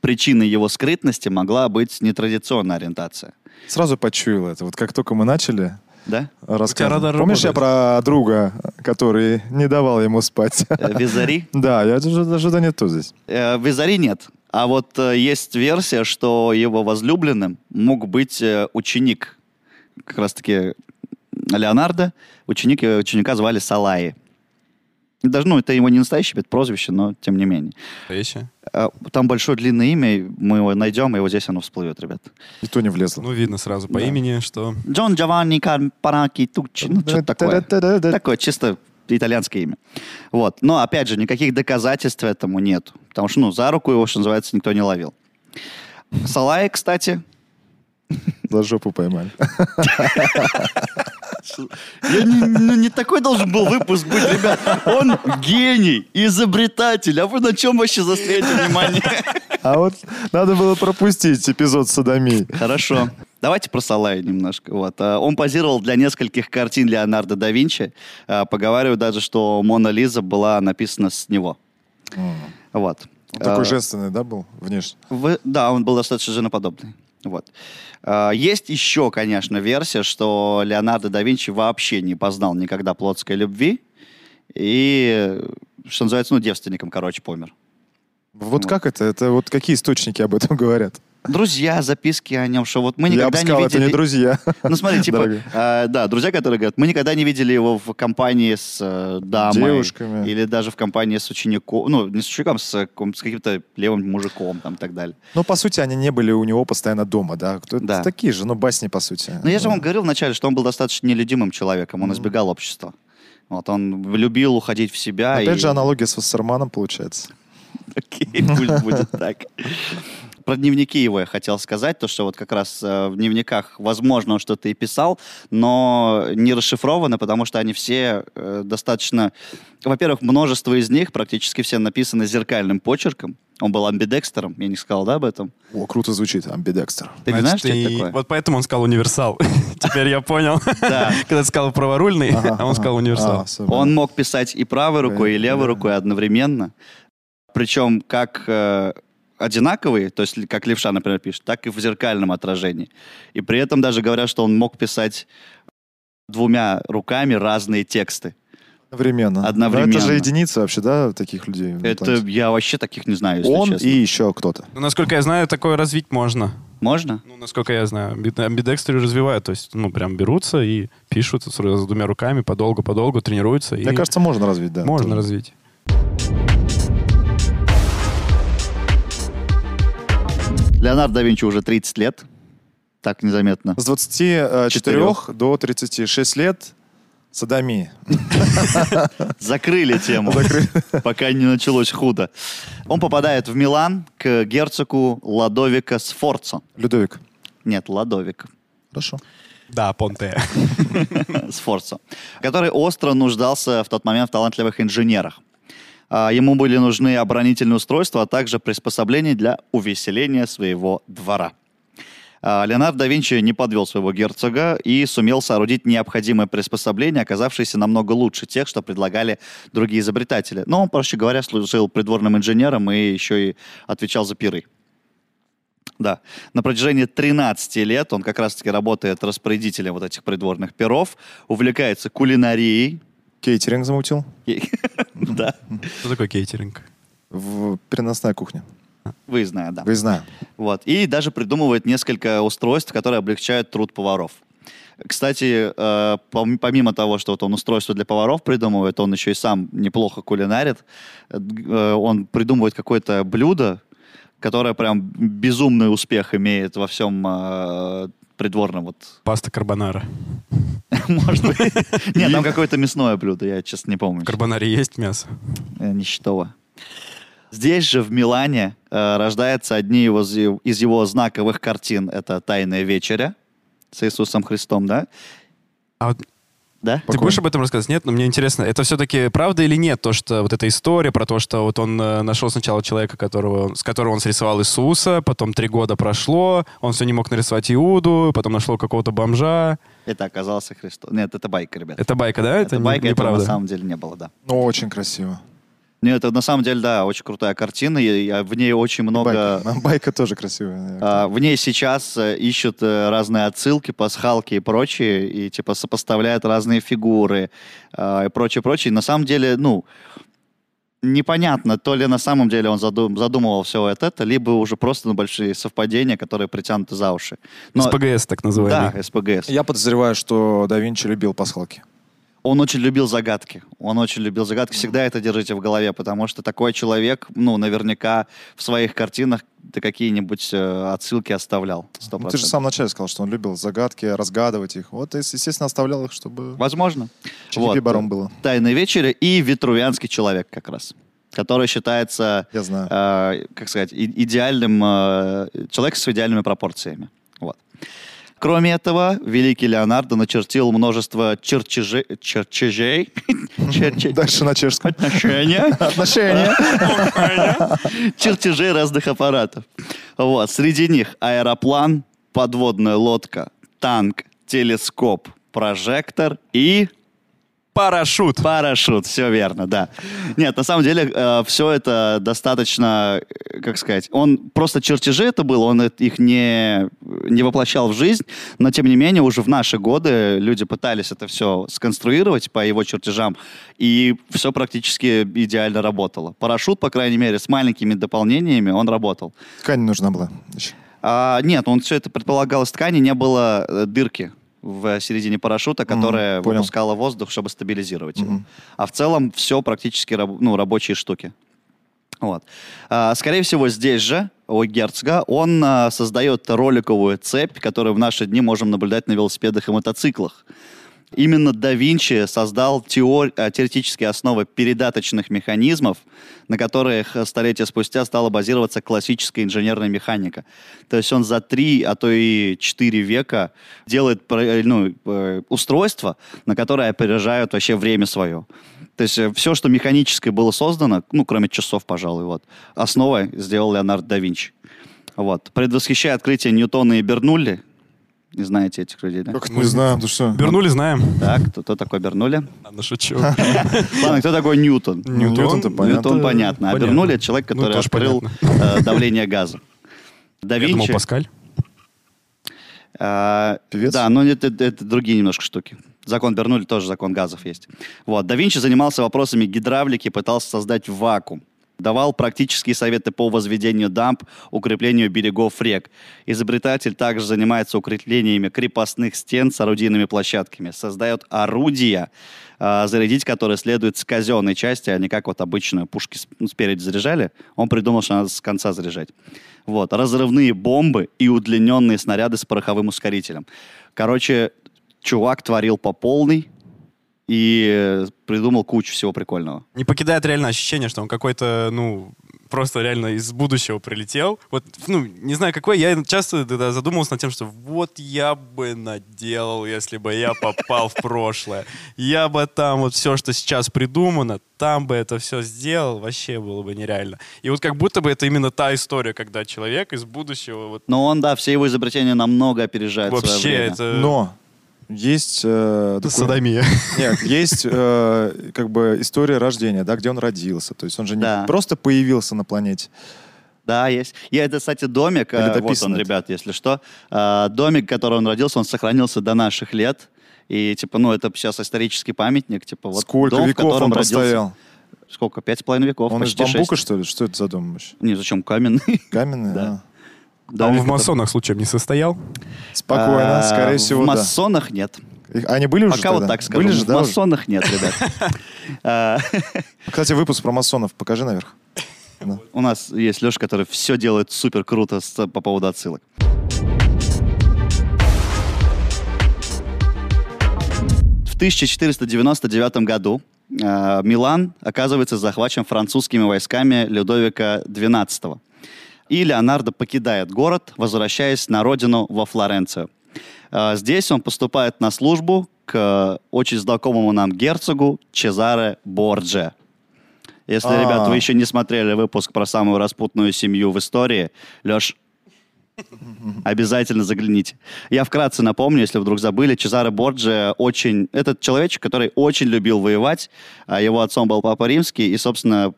Speaker 3: причиной его скрытности могла быть нетрадиционная ориентация,
Speaker 2: Сразу почуял это. Вот как только мы начали
Speaker 3: да?
Speaker 2: рассказывать.
Speaker 1: радар
Speaker 2: Помнишь, я
Speaker 1: работает.
Speaker 2: про друга, который не давал ему спать?
Speaker 3: Э, Визари.
Speaker 2: Да, я даже даже да нету здесь.
Speaker 3: Э, Визари нет. А вот э, есть версия, что его возлюбленным мог быть э, ученик, как раз-таки Леонардо. Ученик, э, ученика звали Салаи. Даже, ну, это его не настоящее это прозвище, но тем не менее.
Speaker 1: Вещи.
Speaker 3: Э, Там большое длинное имя, мы его найдем, и вот здесь оно всплывет, ребят.
Speaker 2: И то не влезло.
Speaker 1: Ну, видно сразу по
Speaker 3: Да.
Speaker 1: имени, что...
Speaker 3: Джон Джованни Карпараки Туччи, ну, что-то такое.
Speaker 2: Та-да-да-да-да.
Speaker 3: Такое чисто итальянское имя. Вот. Но, опять же, никаких доказательств этому нет. Потому что, ну, за руку его, что называется, никто не ловил. Салай, кстати,
Speaker 2: За жопу поймали.
Speaker 3: я не, ну, не такой должен был выпуск быть, ребят. Он гений, изобретатель. А вы на чем вообще застряете внимание?
Speaker 2: А вот надо было пропустить эпизод садомии.
Speaker 3: Хорошо. Давайте про Салая немножко. Вот. А, Он позировал для нескольких картин Леонардо да Винчи. А, Поговариваю даже, что «Мона Лиза» была написана с него. Вот.
Speaker 2: Он Такой
Speaker 3: А,
Speaker 2: женственный, да, был внешне?
Speaker 3: Вы- да, он был достаточно женоподобный. Вот. А, Есть еще, конечно, версия, что Леонардо да Винчи вообще не познал никогда плотской любви и, что называется, ну, девственником, короче, помер. ну.
Speaker 2: Вот как это? Это вот какие источники об этом говорят?
Speaker 3: Друзья, записки о нем, что вот мы
Speaker 2: Я
Speaker 3: никогда
Speaker 2: бы сказал,
Speaker 3: не
Speaker 2: это
Speaker 3: видели...
Speaker 2: не друзья.
Speaker 3: Ну, смотри, типа,
Speaker 2: Дорогой.
Speaker 3: э, да, друзья, которые говорят, мы никогда не видели его в компании с э, дамой.
Speaker 2: Девушками.
Speaker 3: Или даже в компании с учеником, ну, не с учеником, с, э, ком- с каким-то левым мужиком, там, и так далее.
Speaker 2: Ну, по сути, они не были у него постоянно дома, да? Кто-
Speaker 3: Да.
Speaker 2: это Такие же, ну, басни, по сути. Ну,
Speaker 3: Но я же вам говорил вначале, что он был достаточно нелюдимым человеком, он избегал общества. Вот, он любил уходить в себя.
Speaker 2: Опять
Speaker 3: и-
Speaker 2: же, аналогия с Вассерманом получается.
Speaker 3: Окей, пусть будет так. Про дневники его я хотел сказать, то, что вот как раз э, в дневниках, возможно, он что-то и писал, но не расшифровано, потому что они все э, достаточно... Во-первых, множество из них, практически все написаны зеркальным почерком. Он был амбидекстером, я не сказал, да, об этом?
Speaker 2: О, круто звучит, амбидекстер.
Speaker 3: Ты не
Speaker 1: Значит,
Speaker 3: знаешь, что это
Speaker 1: и-
Speaker 3: такое?
Speaker 1: Вот поэтому он сказал универсал. Теперь я понял.
Speaker 3: Да.
Speaker 1: Когда ты сказал праворульный,
Speaker 2: Ага,
Speaker 1: а он сказал
Speaker 2: ага.
Speaker 1: универсал.
Speaker 2: А, супер.
Speaker 3: Он мог писать и правой рукой, и
Speaker 2: Понятно,
Speaker 3: левой
Speaker 2: да.
Speaker 3: рукой одновременно. Причем как э, одинаковые, то есть как левша, например, пишет, так и в зеркальном отражении. И при этом даже говорят, что он мог писать двумя руками разные тексты.
Speaker 2: Одновременно.
Speaker 3: Одновременно.
Speaker 2: Но это же единица вообще, да, таких людей? Ну,
Speaker 3: Это
Speaker 2: там,
Speaker 3: я вообще таких не знаю, если
Speaker 2: Он
Speaker 3: честно.
Speaker 2: и еще кто-то.
Speaker 1: Ну, насколько я знаю, такое развить можно.
Speaker 3: Можно?
Speaker 1: Ну, насколько я знаю, амби- амбидекстеры развивают. То есть, ну, прям берутся и пишут с с двумя руками, подолгу-подолгу тренируются.
Speaker 2: Мне
Speaker 1: и
Speaker 2: кажется, можно развить, да.
Speaker 1: можно
Speaker 2: тоже.
Speaker 1: развить.
Speaker 3: Леонардо да Винчи уже 30 лет. Так незаметно.
Speaker 2: С 24
Speaker 3: Четырех.
Speaker 2: до 36 лет садомии.
Speaker 3: Закрыли тему, пока не началось худо. Он попадает в Милан к герцогу Ладовика Сфорцо.
Speaker 2: Людовик.
Speaker 3: Нет, Ладовик
Speaker 2: Хорошо.
Speaker 1: Да, Понте.
Speaker 3: Сфорцо, который остро нуждался в тот момент в талантливых инженерах. А, Ему были нужны оборонительные устройства, а также приспособления для увеселения своего двора. А, Леонардо да Винчи не подвел своего герцога и сумел соорудить необходимое приспособление, оказавшееся намного лучше тех, что предлагали другие изобретатели. Но он, проще говоря, служил придворным инженером и еще и отвечал за пиры. Да. На протяжении 13 лет он как раз-таки работает распорядителем вот этих придворных перов, увлекается кулинарией.
Speaker 2: Кейтеринг замутил.
Speaker 3: И- Да,
Speaker 1: Что такое кейтеринг?
Speaker 2: В переносная кухня.
Speaker 3: вы знаете, да.
Speaker 2: Выездная.
Speaker 3: Вот. И даже придумывает несколько устройств, которые облегчают труд поваров. Кстати, э, пом- помимо того, что вот он устройство для поваров придумывает, он еще и сам неплохо кулинарит. Э, э, Он придумывает какое-то блюдо, которое прям безумный успех имеет во всем э, придворном вот
Speaker 1: Паста карбонара.
Speaker 3: Может быть. Нет, там какое-то мясное блюдо, я, честно, не помню.
Speaker 1: Карбонаре есть мясо?
Speaker 3: Э, Нищетого. Здесь же, в Милане, э, рождаются одни его зи- из его знаковых картин. Это «Тайная вечеря» с Иисусом Христом, да?
Speaker 1: А вот
Speaker 3: Да?
Speaker 1: Ты
Speaker 2: Покойно.
Speaker 1: будешь об этом рассказывать? Нет, но мне интересно, это все-таки правда или нет, то, что вот эта история про то, что вот он э, нашел сначала человека, которого, с которого он срисовал Иисуса, потом три года прошло, он все не мог нарисовать Иуду, потом нашел какого-то бомжа.
Speaker 3: Это оказался Христос. Нет, это байка, ребят.
Speaker 1: Это байка, да?
Speaker 3: Это
Speaker 1: не-
Speaker 3: байка, этого на
Speaker 1: неправда.
Speaker 3: самом деле не было, да.
Speaker 2: Ну, очень красиво.
Speaker 3: Нет, это на самом деле, да, очень крутая картина, и э, в ней очень много...
Speaker 2: Байка. Байка тоже красивая.
Speaker 3: А, В ней сейчас э, ищут э, разные отсылки, пасхалки и прочее, и типа сопоставляют разные фигуры э, и прочее, прочее. На самом деле, ну, непонятно, то ли на самом деле он задум- задумывал все вот это, либо уже просто ну, большие совпадения, которые притянуты за уши. Но-
Speaker 1: СПГС так называемый.
Speaker 3: Да, СПГС.
Speaker 2: Я подозреваю, что да Винчи любил пасхалки.
Speaker 3: Он очень любил загадки. Он очень любил загадки. Всегда это держите в голове, потому что такой человек, ну, наверняка в своих картинах да какие-нибудь э, отсылки оставлял. 100%.
Speaker 2: Ну, ты же в самом начале сказал, что он любил загадки, разгадывать их. Вот, и, естественно, оставлял их, чтобы
Speaker 3: Возможно. Вот.
Speaker 2: баром было.
Speaker 3: «Тайной вечере» и «Витрувианский человек» как раз, который считается,
Speaker 2: Я знаю.
Speaker 3: э, как сказать, и- идеальным, э, человеком с идеальными пропорциями. Вот. Кроме этого, великий Леонардо начертил множество чертежей, чертежей, черче-
Speaker 2: Дальше на чешском.
Speaker 3: отношения,
Speaker 2: Отношения.
Speaker 3: чертежей разных аппаратов. Вот. Среди них аэроплан, подводная лодка, танк, телескоп, прожектор и
Speaker 1: Парашют.
Speaker 3: Парашют, все верно, да. Нет, на самом деле все это достаточно, э, как сказать, он просто чертежи это было, он эт- их не, не воплощал в жизнь, но тем не менее уже в наши годы люди пытались это все сконструировать по его чертежам, и все практически идеально работало. Парашют, по крайней мере, с маленькими дополнениями он работал.
Speaker 2: Ткань нужна была. еще.
Speaker 3: А, нет, он все это предполагал из ткани, не было э, дырки в середине парашюта,
Speaker 2: Мгм,
Speaker 3: которая
Speaker 2: понял.
Speaker 3: выпускала воздух, чтобы стабилизировать его.
Speaker 2: Мгм.
Speaker 3: А в целом все практически раб- ну, рабочие штуки. Вот. А, скорее всего, здесь же у герцога он а, создает роликовую цепь, которую в наши дни можем наблюдать на велосипедах и мотоциклах. Именно да Винчи создал теор- э, теоретические основы передаточных механизмов, на которых э, столетия спустя стала базироваться классическая инженерная механика. То есть он за три, а то и четыре века делает про- э, ну, э, устройства, на которые опережают вообще время свое. То есть все, что механическое было создано, ну, кроме часов, пожалуй, вот, основой сделал Леонардо да Винчи. Вот. Предвосхищая открытие Ньютона и Бернулли, не знаете этих людей, да?
Speaker 2: Как это мы знаем, то что?
Speaker 1: Вернули, знаем.
Speaker 3: Так, кто, кто такой Бернули?
Speaker 1: Ладно, шучу.
Speaker 3: Ладно, кто такой Ньютон? Ну,
Speaker 2: Ньютон, Ньютон-то понятно.
Speaker 3: Ньютон, понятно. А
Speaker 1: Понятно.
Speaker 3: Бернули — это человек,
Speaker 1: Ну,
Speaker 3: который
Speaker 1: тоже
Speaker 3: открыл э, давление газа. Да
Speaker 1: Я думал,
Speaker 3: Винчи...
Speaker 1: Паскаль.
Speaker 3: а,
Speaker 2: Певец?
Speaker 3: Да, но это, это другие немножко штуки. Закон Бернули тоже закон газов есть. Вот. Да Винчи занимался вопросами гидравлики, пытался создать вакуум. Давал практические советы по возведению дамб, укреплению берегов рек. Изобретатель также занимается укреплениями крепостных стен с орудийными площадками. Создает орудия, э, зарядить которые следует с казенной части, а не как вот обычно пушки с- ну, спереди заряжали. Он придумал, что надо с конца заряжать. Вот. Разрывные бомбы и удлиненные снаряды с пороховым ускорителем. Короче, чувак творил по полной и э, придумал кучу всего прикольного.
Speaker 1: Не покидает реально ощущение, что он какой-то, ну, просто реально из будущего прилетел. Вот, ну, не знаю какой, я часто тогда задумывался над тем, что вот я бы наделал, если бы я попал в прошлое. Я бы там вот все, что сейчас придумано, там бы это все сделал, вообще было бы нереально. И вот как будто бы это именно та история, когда человек из будущего вот
Speaker 3: Но он, да, все его изобретения намного опережают свое
Speaker 1: вообще
Speaker 3: время.
Speaker 1: это...
Speaker 2: Но есть... э,
Speaker 1: Это
Speaker 2: документ-
Speaker 1: садомия.
Speaker 2: Нет, есть э, как бы история рождения, да, где он родился. То есть он же не
Speaker 3: Да.
Speaker 2: просто появился на планете.
Speaker 3: Да, есть. И это, кстати, домик.
Speaker 2: Или
Speaker 3: э, вот
Speaker 2: дописано
Speaker 3: он,
Speaker 2: это?
Speaker 3: ребят, если что. Э, Домик, в котором он родился, он сохранился до наших лет. И, типа, ну, это сейчас исторический памятник. Типа, вот
Speaker 2: Сколько
Speaker 3: дом, в
Speaker 2: веков он
Speaker 3: котором родился.
Speaker 2: простоял?
Speaker 3: Сколько? Пять с половиной веков,
Speaker 2: Он из
Speaker 3: почти
Speaker 2: бамбука,
Speaker 3: шесть.
Speaker 2: что ли? Что это за дом вообще?
Speaker 3: Не, зачем? Каменный.
Speaker 2: Каменный?
Speaker 3: Да.
Speaker 1: А он
Speaker 3: домик,
Speaker 1: в масонах случаем не состоял?
Speaker 2: а. Спокойно,
Speaker 3: А,
Speaker 2: скорее всего,
Speaker 3: В
Speaker 2: да.
Speaker 3: масонах нет.
Speaker 2: Их- Они были уже
Speaker 3: Пока
Speaker 2: тогда?
Speaker 3: вот так скажу.
Speaker 2: Были же,
Speaker 3: в
Speaker 2: да, уже?
Speaker 3: масонах нет, ребят. А,
Speaker 2: Кстати, выпуск про масонов покажи наверх.
Speaker 3: У нас есть Леша, который все делает супер круто с- по поводу отсылок. В 1499 году э, Милан оказывается захвачен французскими войсками Людовика XII. И Леонардо покидает город, возвращаясь на родину во Флоренцию. Э, Здесь он поступает на службу к э, очень знакомому нам герцогу Чезаре Борджиа. Если,
Speaker 2: А.
Speaker 3: ребят, вы еще не смотрели выпуск про самую распутную семью в истории, Леш, обязательно загляните. Я вкратце напомню, если вдруг забыли, Чезаре Борджиа очень... Этот человечек, который очень любил воевать, а его отцом был Папа Римский, и, собственно,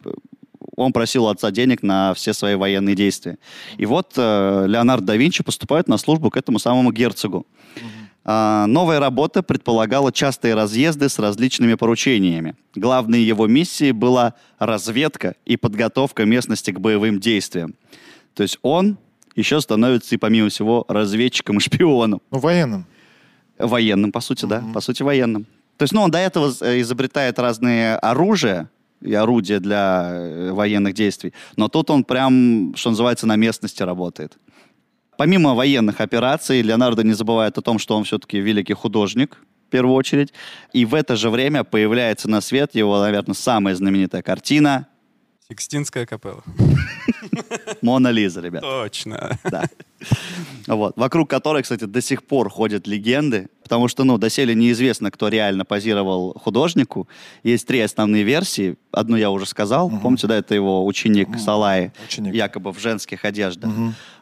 Speaker 3: он просил у отца денег на все свои военные действия. И вот э, Леонардо да Винчи поступает на службу к этому самому герцогу. А, Новая работа предполагала частые разъезды с различными поручениями. Главной его миссией была разведка и подготовка местности к боевым действиям. То есть он еще становится и помимо всего разведчиком и шпионом.
Speaker 2: Ну, военным.
Speaker 3: Военным, по сути, да. По сути, военным. То есть, ну, он до этого э, изобретает разные оружия и орудия для э, военных действий. Но тут он прям, что называется, на местности работает. Помимо военных операций, Леонардо не забывает о том, что он все-таки великий художник, в первую очередь. И в это же время появляется на свет его, наверное, самая знаменитая картина
Speaker 1: Сикстинская капелла.
Speaker 3: «Мона Лиза», ребят.
Speaker 1: Точно.
Speaker 3: Да. Вот. Вокруг которой, кстати, до сих пор ходят легенды, потому что, ну, доселе неизвестно, кто реально позировал художнику. Есть три основные версии. Одну я уже сказал. Помните, да, это его ученик Салай,
Speaker 2: ученик.
Speaker 3: якобы в женских одеждах.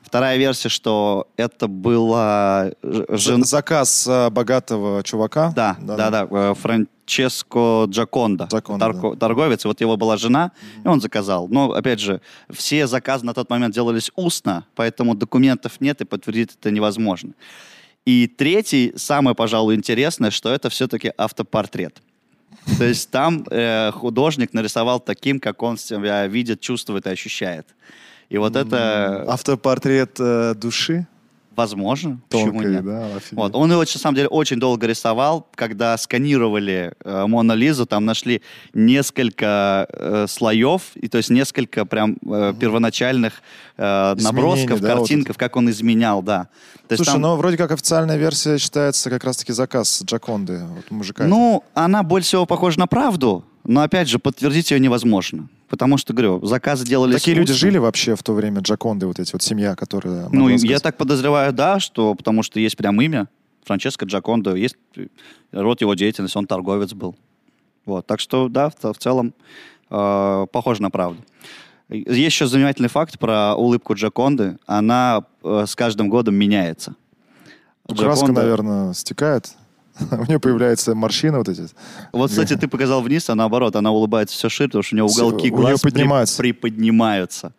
Speaker 3: Вторая версия, что это была ж- жен...
Speaker 2: З- Заказ э, богатого чувака.
Speaker 3: Да, да, да, э, Франческо Джаконда,
Speaker 2: Джаконда,
Speaker 3: торго- торговец, и вот его была жена, и он заказал. Но, опять же, все заказы на тот момент делались устно, поэтому документов нет, и подтвердить это невозможно. И третий, самое, пожалуй, интересное, что это все-таки автопортрет. То есть там э, художник нарисовал таким, как он себя видит, чувствует и ощущает. И вот это
Speaker 2: Автопортрет э, души.
Speaker 3: возможно, почему
Speaker 2: Тонкой,
Speaker 3: нет?
Speaker 2: да, офигеть.
Speaker 3: Вот. Он его, на самом деле, очень долго рисовал. Когда сканировали э, Мона Лизу, там нашли несколько э, слоев, и, то есть несколько прям э, первоначальных э,
Speaker 2: Изменений,
Speaker 3: набросков,
Speaker 2: да, вот
Speaker 3: картинков, как он изменял, да. То есть
Speaker 2: Слушай,
Speaker 3: там-
Speaker 2: ну вроде как официальная версия считается как раз-таки заказ Джаконды, вот мужика.
Speaker 3: Ну, она больше всего похожа на правду, но, опять же, подтвердить ее невозможно. Потому что, говорю, заказы делали...
Speaker 2: Такие люди жили вообще в то время, Джаконды, вот эти вот семья, которая...
Speaker 3: Ну,
Speaker 2: могла
Speaker 3: я
Speaker 2: сказать,
Speaker 3: так подозреваю, да, что потому что есть прям имя Франческо Джакондо, есть э, род его деятельности, он торговец был. Вот, так что, да, в, ц- в целом э, похоже на правду. Есть еще занимательный факт про улыбку Джаконды. Она э, с каждым годом меняется.
Speaker 2: ну, Краска,
Speaker 3: Джоконда-
Speaker 2: наверное, стекает. У нее появляется морщина вот эти.
Speaker 3: Вот, кстати, ты показал вниз, а наоборот, она улыбается все шире, потому что у нее
Speaker 2: Всё,
Speaker 3: уголки
Speaker 2: у
Speaker 3: глаз
Speaker 2: неё поднимаются.
Speaker 3: при- приподнимаются.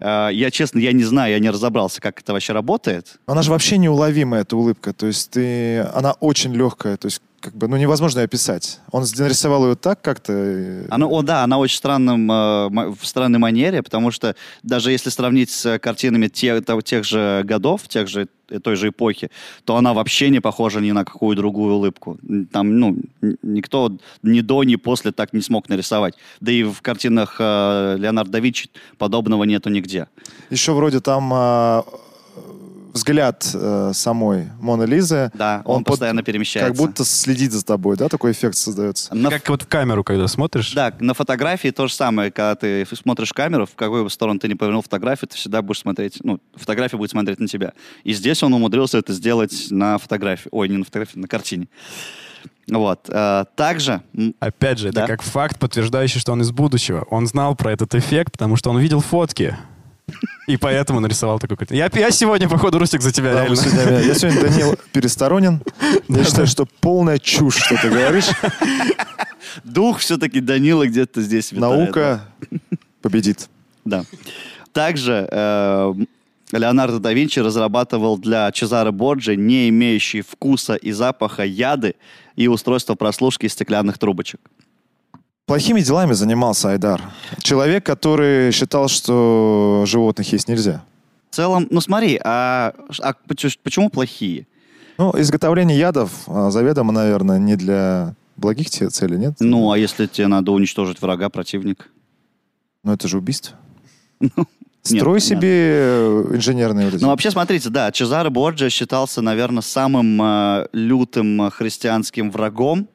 Speaker 3: Э, Я, честно, я не знаю, я не разобрался, как это вообще работает.
Speaker 2: Она же вообще неуловимая, эта улыбка. То есть ты... Она очень легкая. То есть как бы, ну, невозможно описать. Он нарисовал ее так как-то. э,
Speaker 3: Она, ну, о, да, она очень странным, э, ма- в странной манере, потому что даже если сравнить с э, картинами те- то- тех же годов, тех же э, той же эпохи, то она вообще не похожа ни на какую другую улыбку. Н- Там, ну, н- никто ни до, ни после так не смог нарисовать. Да и в картинах э, Леонардо да Винчи подобного нету нигде.
Speaker 2: Еще вроде там а, взгляд э, самой Моны Лизы.
Speaker 3: Да, он,
Speaker 2: под-
Speaker 3: постоянно перемещается.
Speaker 2: Как будто следит за тобой, да, такой эффект создается.
Speaker 3: На
Speaker 1: Как вот в камеру, когда смотришь.
Speaker 3: Да, на фотографии то же самое, когда ты ф- смотришь камеру, в какую бы сторону ты не повернул фотографию, ты всегда будешь смотреть, ну, фотография будет смотреть на тебя. И здесь он умудрился это сделать на фотографии, ой, не на фотографии, на картине. Вот. Э, Также, м,
Speaker 1: Опять же,
Speaker 3: Да.
Speaker 1: это как факт, подтверждающий, что он из будущего. Он знал про этот эффект, потому что он видел фотки. И поэтому нарисовал такой картину. Я, я сегодня, походу, Русик, за тебя
Speaker 2: Да,
Speaker 1: реально.
Speaker 2: мы сегодня- я сегодня Данил Пересторонен. Я считаю, что полная чушь, что ты говоришь.
Speaker 3: дух все-таки Данила где-то здесь витает.
Speaker 2: Наука победит.
Speaker 3: Да. Также э, Леонардо да Винчи разрабатывал для Чезаро Борджи не имеющие вкуса и запаха яды и устройство прослушки из стеклянных трубочек.
Speaker 2: Плохими делами занимался Айдар. Человек, который считал, что животных есть нельзя.
Speaker 3: В целом, ну смотри, а, ш- а поч- почему плохие?
Speaker 2: Ну, изготовление ядов а, заведомо, наверное, не для благих те- целей, нет?
Speaker 3: Ну, а если тебе надо уничтожить врага, противника?
Speaker 2: Но это же убийство.
Speaker 3: Ну, нет,
Speaker 2: Строй
Speaker 3: понятно.
Speaker 2: себе э, инженерные вот эти.
Speaker 3: Ну, вообще, смотрите, да, Чезаро Борджиа считался, наверное, самым э, лютым э, христианским врагом,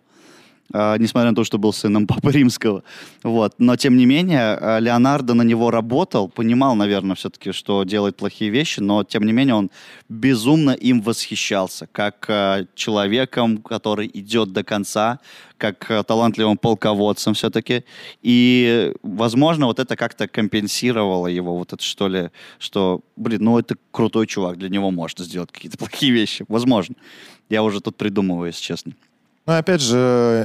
Speaker 3: э, несмотря на то, что был сыном Папы Римского. Вот. Но, тем не менее, э, Леонардо на него работал, понимал, наверное, все-таки, что делает плохие вещи, но, тем не менее, он безумно им восхищался, как э, человеком, который идет до конца, как э, талантливым полководцем все-таки. И, возможно, вот это как-то компенсировало его, вот это что ли, что, блин, ну это крутой чувак, для него можно сделать какие-то плохие вещи, возможно. Я уже тут придумываю, если честно.
Speaker 2: Но Ну, опять же,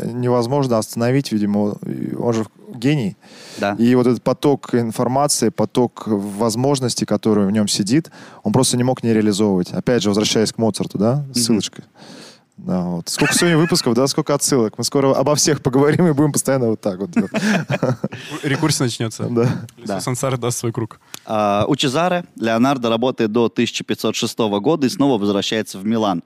Speaker 2: э, невозможно остановить, видимо, он же гений.
Speaker 3: Да.
Speaker 2: И вот этот поток информации, поток возможностей, который в нем сидит, он просто не мог не реализовывать. Опять же, возвращаясь к Моцарту, да, ссылочка. Да, вот. Сколько сегодня выпусков, да, сколько отсылок. Мы скоро обо всех поговорим и будем постоянно вот так вот. делать.
Speaker 1: Рекурс начнется.
Speaker 2: Да.
Speaker 1: Лису
Speaker 3: Да.
Speaker 1: Сансара даст свой круг.
Speaker 3: А, У Чезаре Леонардо работает до 1506 года и снова возвращается в Милан.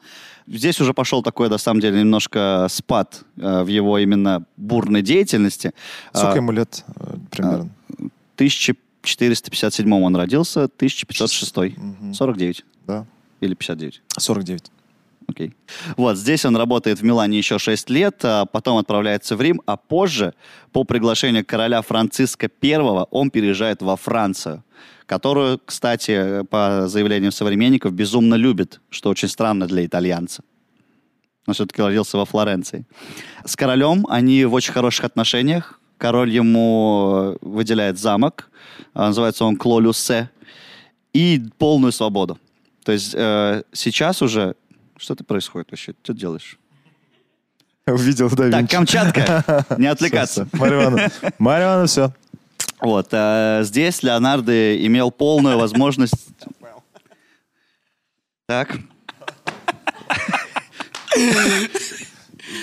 Speaker 3: Здесь уже пошел такой, на самом деле, немножко спад э, в его именно бурной деятельности.
Speaker 2: Сколько
Speaker 3: А,
Speaker 2: ему лет э, примерно?
Speaker 3: 1457 он родился, 1506.
Speaker 2: Мгм.
Speaker 3: 49
Speaker 2: Да.
Speaker 3: или 59.
Speaker 2: 49.
Speaker 3: Окей. Вот, здесь он работает в Милане еще 6 лет, а потом отправляется в Рим, а позже, по приглашению короля Франциска I, он переезжает во Францию, которую, кстати, по заявлениям современников, безумно любит, что очень странно для итальянца. Но все-таки родился во Флоренции. С королем они в очень хороших отношениях. Король ему э, выделяет замок, а, называется он Клолюсе, и полную свободу. То есть э, сейчас уже... Что ты происходит вообще? Что ты делаешь?
Speaker 2: Увидел, да,
Speaker 3: Так,
Speaker 2: Винчи.
Speaker 3: Камчатка, не отвлекаться.
Speaker 2: Всё, всё. Мариана. Мариана, все.
Speaker 3: Вот, э, здесь Леонардо имел полную возможность... Так.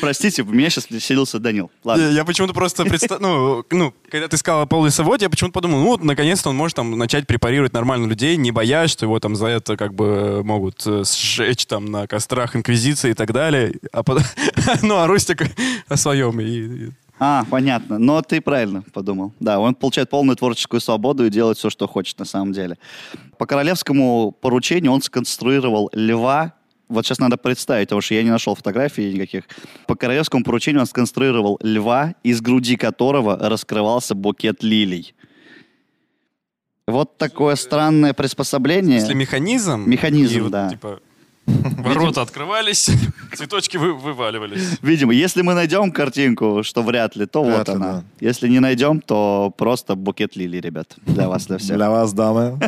Speaker 3: Простите, у меня сейчас веселился Данил. Ладно.
Speaker 1: Я, я почему-то просто представил, ну, ну, когда ты сказал Пол Лесовод, я почему-то подумал, ну, вот, наконец-то он может там начать препарировать нормально людей, не боясь, что его там за это как бы могут э, сжечь там на кострах инквизиции и так далее. А потом- ну, а Рустик о своем. И, и-
Speaker 3: А, понятно. Но ты правильно подумал. Да, он получает полную творческую свободу и делает все, что хочет на самом деле. По королевскому поручению он сконструировал льва. Вот сейчас надо представить, потому что я не нашел фотографий никаких. По королевскому поручению он сконструировал льва, из груди которого раскрывался букет лилий. Вот такое странное приспособление.
Speaker 1: Если механизм...
Speaker 3: Э, Механизм,
Speaker 1: и вот,
Speaker 3: да.
Speaker 1: типа, ворота открывались, цветочки вы- вываливались.
Speaker 3: Видимо, если мы найдем картинку, что вряд ли, то
Speaker 2: Вряд
Speaker 3: вот
Speaker 2: ли,
Speaker 3: она.
Speaker 2: да.
Speaker 3: Если не найдем, то просто букет лилий, ребят. Для вас, для всех.
Speaker 2: Для вас, дамы.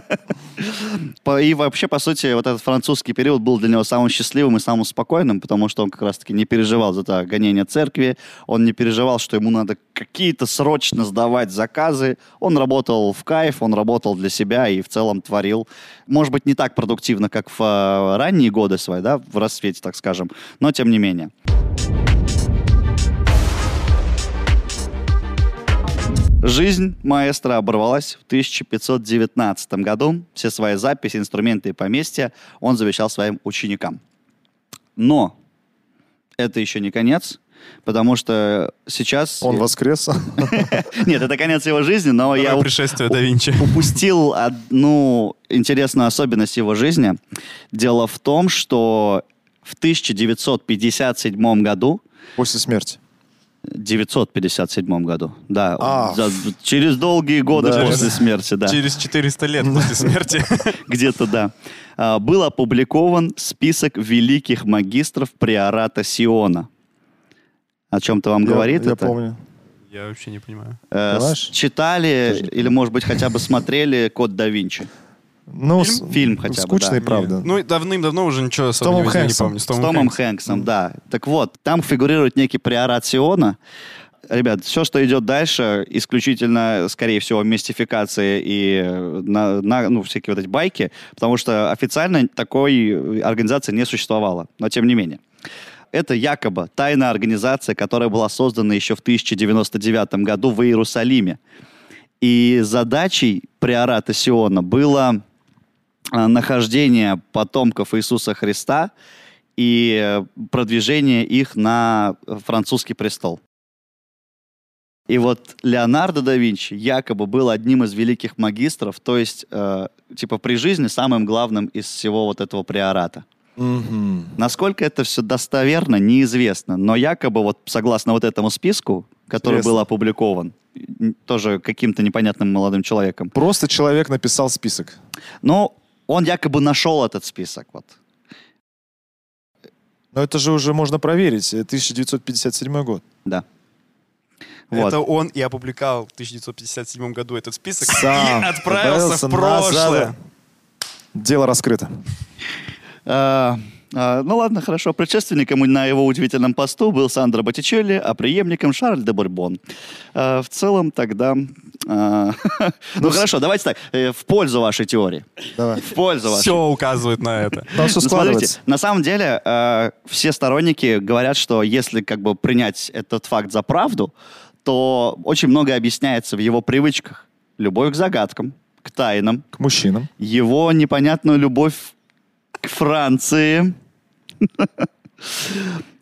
Speaker 3: По- И вообще, по сути, вот этот французский период был для него самым счастливым и самым спокойным, потому что он как раз-таки не переживал за это гонение церкви, он не переживал, что ему надо какие-то срочно сдавать заказы. Он работал в кайф, он работал для себя и в целом творил. Может быть, не так продуктивно, как в э, ранние годы свои, да, в рассвете, так скажем, но тем не менее. Жизнь маэстро оборвалась в 1519 году. Все свои записи, инструменты и поместья он завещал своим ученикам. Но это еще не конец, потому что сейчас...
Speaker 2: Он воскрес.
Speaker 3: Нет, это конец его жизни, но я
Speaker 1: Второе
Speaker 3: уп-
Speaker 1: пришествие да Винчи.
Speaker 3: упустил одну интересную особенность его жизни. Дело в том, что в 1957 году
Speaker 2: После смерти.
Speaker 3: 957 году, да,
Speaker 2: А,
Speaker 3: за- через долгие годы
Speaker 2: да.
Speaker 3: после смерти, да,
Speaker 1: Через 400 лет после смерти.
Speaker 3: где-то да, А, был опубликован список великих магистров приората Сиона. О чем-то вам
Speaker 2: Я-
Speaker 3: говорит
Speaker 2: Я
Speaker 3: это?
Speaker 2: помню.
Speaker 1: Я вообще не понимаю.
Speaker 3: Э, с-
Speaker 2: Понимаешь?
Speaker 3: читали
Speaker 2: Тоже.
Speaker 3: или, может быть, хотя бы смотрели «Код да Винчи»
Speaker 2: Ну,
Speaker 3: Фильм?
Speaker 2: с-
Speaker 3: Фильм хотя бы, да.
Speaker 2: Скучный,
Speaker 1: Не,
Speaker 2: правда.
Speaker 1: Ну, и давным-давно уже ничего особенного
Speaker 2: Томом
Speaker 1: из него не
Speaker 2: Хэнксом.
Speaker 1: помню.
Speaker 3: с Томом Хэнксом, да. Так вот, там фигурирует некий приорат Сиона. Ребят, все, что идет дальше, исключительно, скорее всего, мистификации и э, на, на- ну, всякие вот эти байки, потому что официально такой э, организации не существовало, но тем не менее. Это якобы тайная организация, которая была создана еще в 1099 году в Иерусалиме. И задачей приората Сиона было э, нахождение потомков Иисуса Христа и э, продвижение их на французский престол. И вот Леонардо да Винчи якобы был одним из великих магистров, то есть, э, типа, при жизни самым главным из всего вот этого приората.
Speaker 2: Мгм.
Speaker 3: Насколько это все достоверно, неизвестно. Но якобы, вот согласно вот этому списку, который
Speaker 2: Интересно.
Speaker 3: был опубликован, н- тоже каким-то непонятным молодым человеком,
Speaker 2: Просто человек написал список.
Speaker 3: но он якобы нашел этот список. Вот.
Speaker 2: Но это же уже можно проверить. Э, 1957 год.
Speaker 3: Вот.
Speaker 1: Это он и опубликовал в 1957 году этот список
Speaker 2: Сам
Speaker 1: и отправился в прошлое.
Speaker 2: назад. Дело раскрыто.
Speaker 3: А, а, ну ладно, хорошо. Предшественником на его удивительном посту был Сандро Боттичелли, а преемником Шарль де Бурбон. А, в целом тогда... а, ну хорошо, давайте так, э, в пользу вашей теории.
Speaker 2: Давай.
Speaker 3: В пользу вашей.
Speaker 1: Все указывает на это.
Speaker 2: Там все
Speaker 3: Ну, смотрите,
Speaker 2: складывается.
Speaker 3: на самом деле э, все сторонники говорят, что если как бы принять этот факт за правду, то очень много объясняется в его привычках. Любовь к загадкам, к тайнам,
Speaker 2: К мужчинам.
Speaker 3: его непонятную любовь к Франции.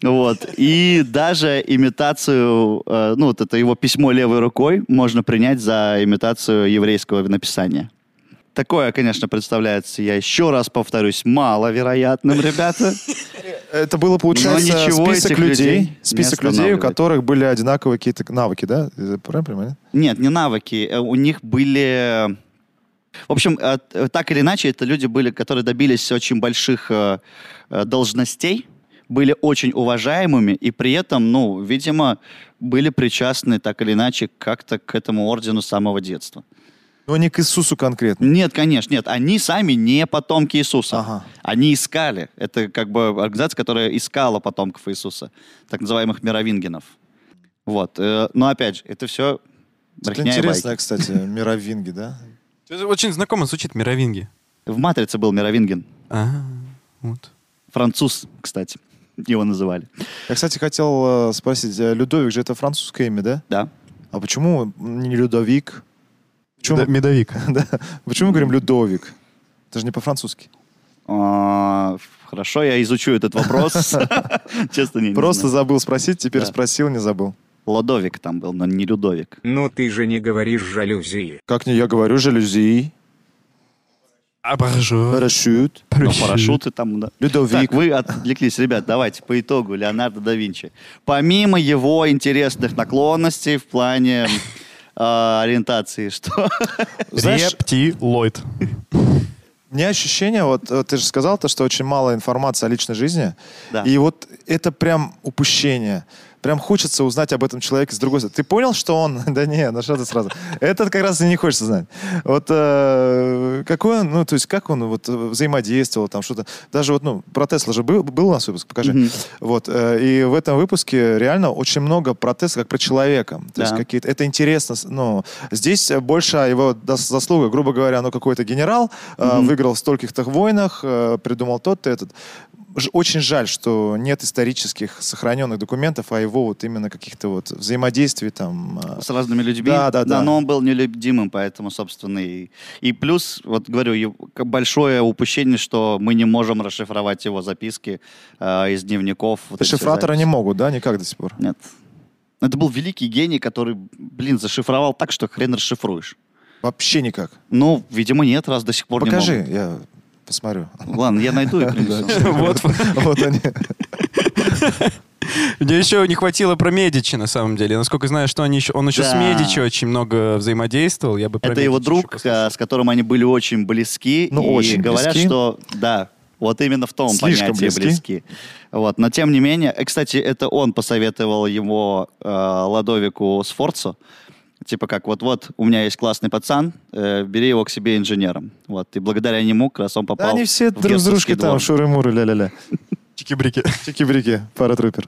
Speaker 3: Вот. И даже имитацию, э, ну, вот это его письмо левой рукой можно принять за имитацию еврейского написания. Такое, конечно, представляется, я еще раз повторюсь, маловероятным, ребята.
Speaker 2: Это было, получается,
Speaker 3: Но ничего
Speaker 2: список
Speaker 3: этих
Speaker 2: людей,
Speaker 3: людей не
Speaker 2: список людей, у
Speaker 3: останавливает.
Speaker 2: которых были одинаковые какие-то навыки, да? Э, Правильно понимаю?
Speaker 3: Нет, не навыки. э, У них были... В общем, э, т- э, так или иначе, это люди были, которые добились очень больших э, э, должностей, были очень уважаемыми, и при этом, ну, видимо, были причастны так или иначе как-то к этому ордену с самого детства.
Speaker 2: Но не к Иисусу конкретно.
Speaker 3: Нет, конечно, нет. Они сами не потомки Иисуса.
Speaker 2: Ага.
Speaker 3: Они искали. Это как бы организация, которая искала потомков Иисуса, так называемых мировингенов. Вот. э, Но опять же, это все
Speaker 2: Это
Speaker 3: брехня и байки.
Speaker 2: интересно, кстати, мировинги, да?
Speaker 1: Это очень знакомо звучит Мировинги.
Speaker 3: В «Матрице» был Мировинген.
Speaker 1: Ага, вот.
Speaker 3: Француз, кстати. Его называли.
Speaker 2: Я, кстати, хотел э, спросить, э, Людовик же это французское имя, да?
Speaker 3: Да.
Speaker 2: А почему не Людовик? Почему,
Speaker 1: Медо- Медовик.
Speaker 2: да? почему мы говорим Людовик? Это же не по-французски.
Speaker 3: А, Хорошо, я изучу этот вопрос. Честно, не не
Speaker 2: Просто
Speaker 3: знаю.
Speaker 2: забыл спросить, теперь
Speaker 3: Да.
Speaker 2: спросил, не забыл.
Speaker 3: Лодовик там был, но не Людовик.
Speaker 4: Ну ты же не говоришь жалюзи.
Speaker 2: Как не я говорю, жалюзи,
Speaker 1: Обожу.
Speaker 2: парашют,
Speaker 3: Но парашюты там... да. Так,
Speaker 2: Людовик.
Speaker 3: вы отвлеклись, ребят, давайте по итогу Леонардо да Винчи. Помимо его интересных наклонностей в плане э, ориентации, что...
Speaker 2: Знаешь,
Speaker 1: Рептилоид.
Speaker 2: у меня ощущение, вот э, ты же сказал, то, что очень мало информации о личной жизни,
Speaker 3: Да.
Speaker 2: и вот это прям упущение. Прям хочется узнать об этом человеке с другой стороны. Ты понял, что он? Да не, ну что ты сразу. Это как раз и не хочется знать. Вот э, какой он, ну то есть как он вот э, взаимодействовал, там что-то. Даже вот, ну, про Тесла же был, был у нас выпуск, покажи.
Speaker 3: Мгм.
Speaker 2: Вот, э, и в этом выпуске реально очень много про Тесла, как про человека. То есть
Speaker 3: Да.
Speaker 2: какие-то, это интересно. с- Ну, здесь э, больше его дос- заслуга, грубо говоря, ну какой-то генерал э,
Speaker 3: Мгм.
Speaker 2: выиграл в стольких-то войнах, э, придумал тот-то этот. ж- очень жаль, что нет исторических сохраненных документов, а его вот именно каких-то вот взаимодействий там. э,
Speaker 3: с разными людьми.
Speaker 2: Да, да, да.
Speaker 3: Но он был нелюдимым, поэтому, собственно, и, и плюс, вот говорю, и к- большое упущение, что мы не можем расшифровать его записки э, из дневников. вот эти все
Speaker 2: Шифраторы не
Speaker 3: записи.
Speaker 2: могут, да, никак до сих пор.
Speaker 3: Нет. Это был великий гений, который, блин, зашифровал так, что хрен расшифруешь.
Speaker 2: Вообще никак.
Speaker 3: Ну, видимо, нет, раз до сих пор не
Speaker 2: Покажи, я посмотрю.
Speaker 3: могут. Ладно, я найду и принесу.
Speaker 1: Вот.
Speaker 2: Вот они.
Speaker 1: Мне еще не хватило про Медичи, на самом деле. Насколько я знаю, что они еще, он еще с
Speaker 3: Да.
Speaker 1: Медичи очень много взаимодействовал. Я бы про
Speaker 3: Это его
Speaker 1: Медичи еще
Speaker 3: друг,
Speaker 1: послушал.
Speaker 3: э, с которым они были очень близки.
Speaker 2: Ну,
Speaker 3: и
Speaker 2: очень
Speaker 3: говорят,
Speaker 2: близки.
Speaker 3: что да, вот именно в том
Speaker 2: Слишком
Speaker 3: понятии
Speaker 2: близки.
Speaker 3: близки. Вот. Но тем не менее, э, кстати, это он посоветовал его э, Ладовику Сфорцу. Типа как, вот-вот, у меня есть классный пацан, э, бери его к себе инженером. Вот. И благодаря нему как раз он попал
Speaker 2: Да они все
Speaker 3: в
Speaker 2: друг с
Speaker 3: герцогский
Speaker 2: дружкой там,
Speaker 3: двор.
Speaker 2: шуры-муры, ля-ля-ля.
Speaker 1: Чики-брики.
Speaker 2: Чики-брики, паратрупер.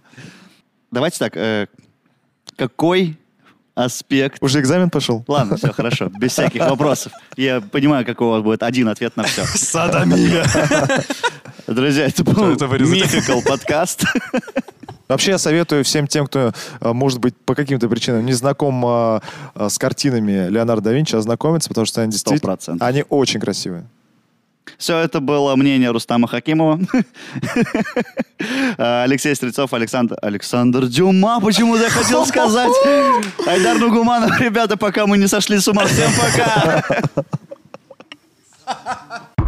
Speaker 3: Давайте так, э, какой аспект
Speaker 2: Уже экзамен пошел?
Speaker 3: Ладно, все хорошо, без всяких вопросов. Я понимаю, какой у вас будет один ответ на все.
Speaker 1: Садомия.
Speaker 3: Друзья, это был
Speaker 1: это вырезать?
Speaker 3: Мификал подкаст.
Speaker 2: Вообще я советую всем тем, кто, э, может быть, по каким-то причинам не знаком э, э, с картинами Леонардо да Винчи, ознакомиться, потому что они действительно...
Speaker 3: 100%.
Speaker 2: Они очень красивые.
Speaker 3: Все это было мнение Рустама Хакимова. А, Алексей Стрельцов, Александр... Александр Дюма, почему я хотел сказать? Айдар Нугуманов, ребята, пока мы не сошли с ума. Всем пока!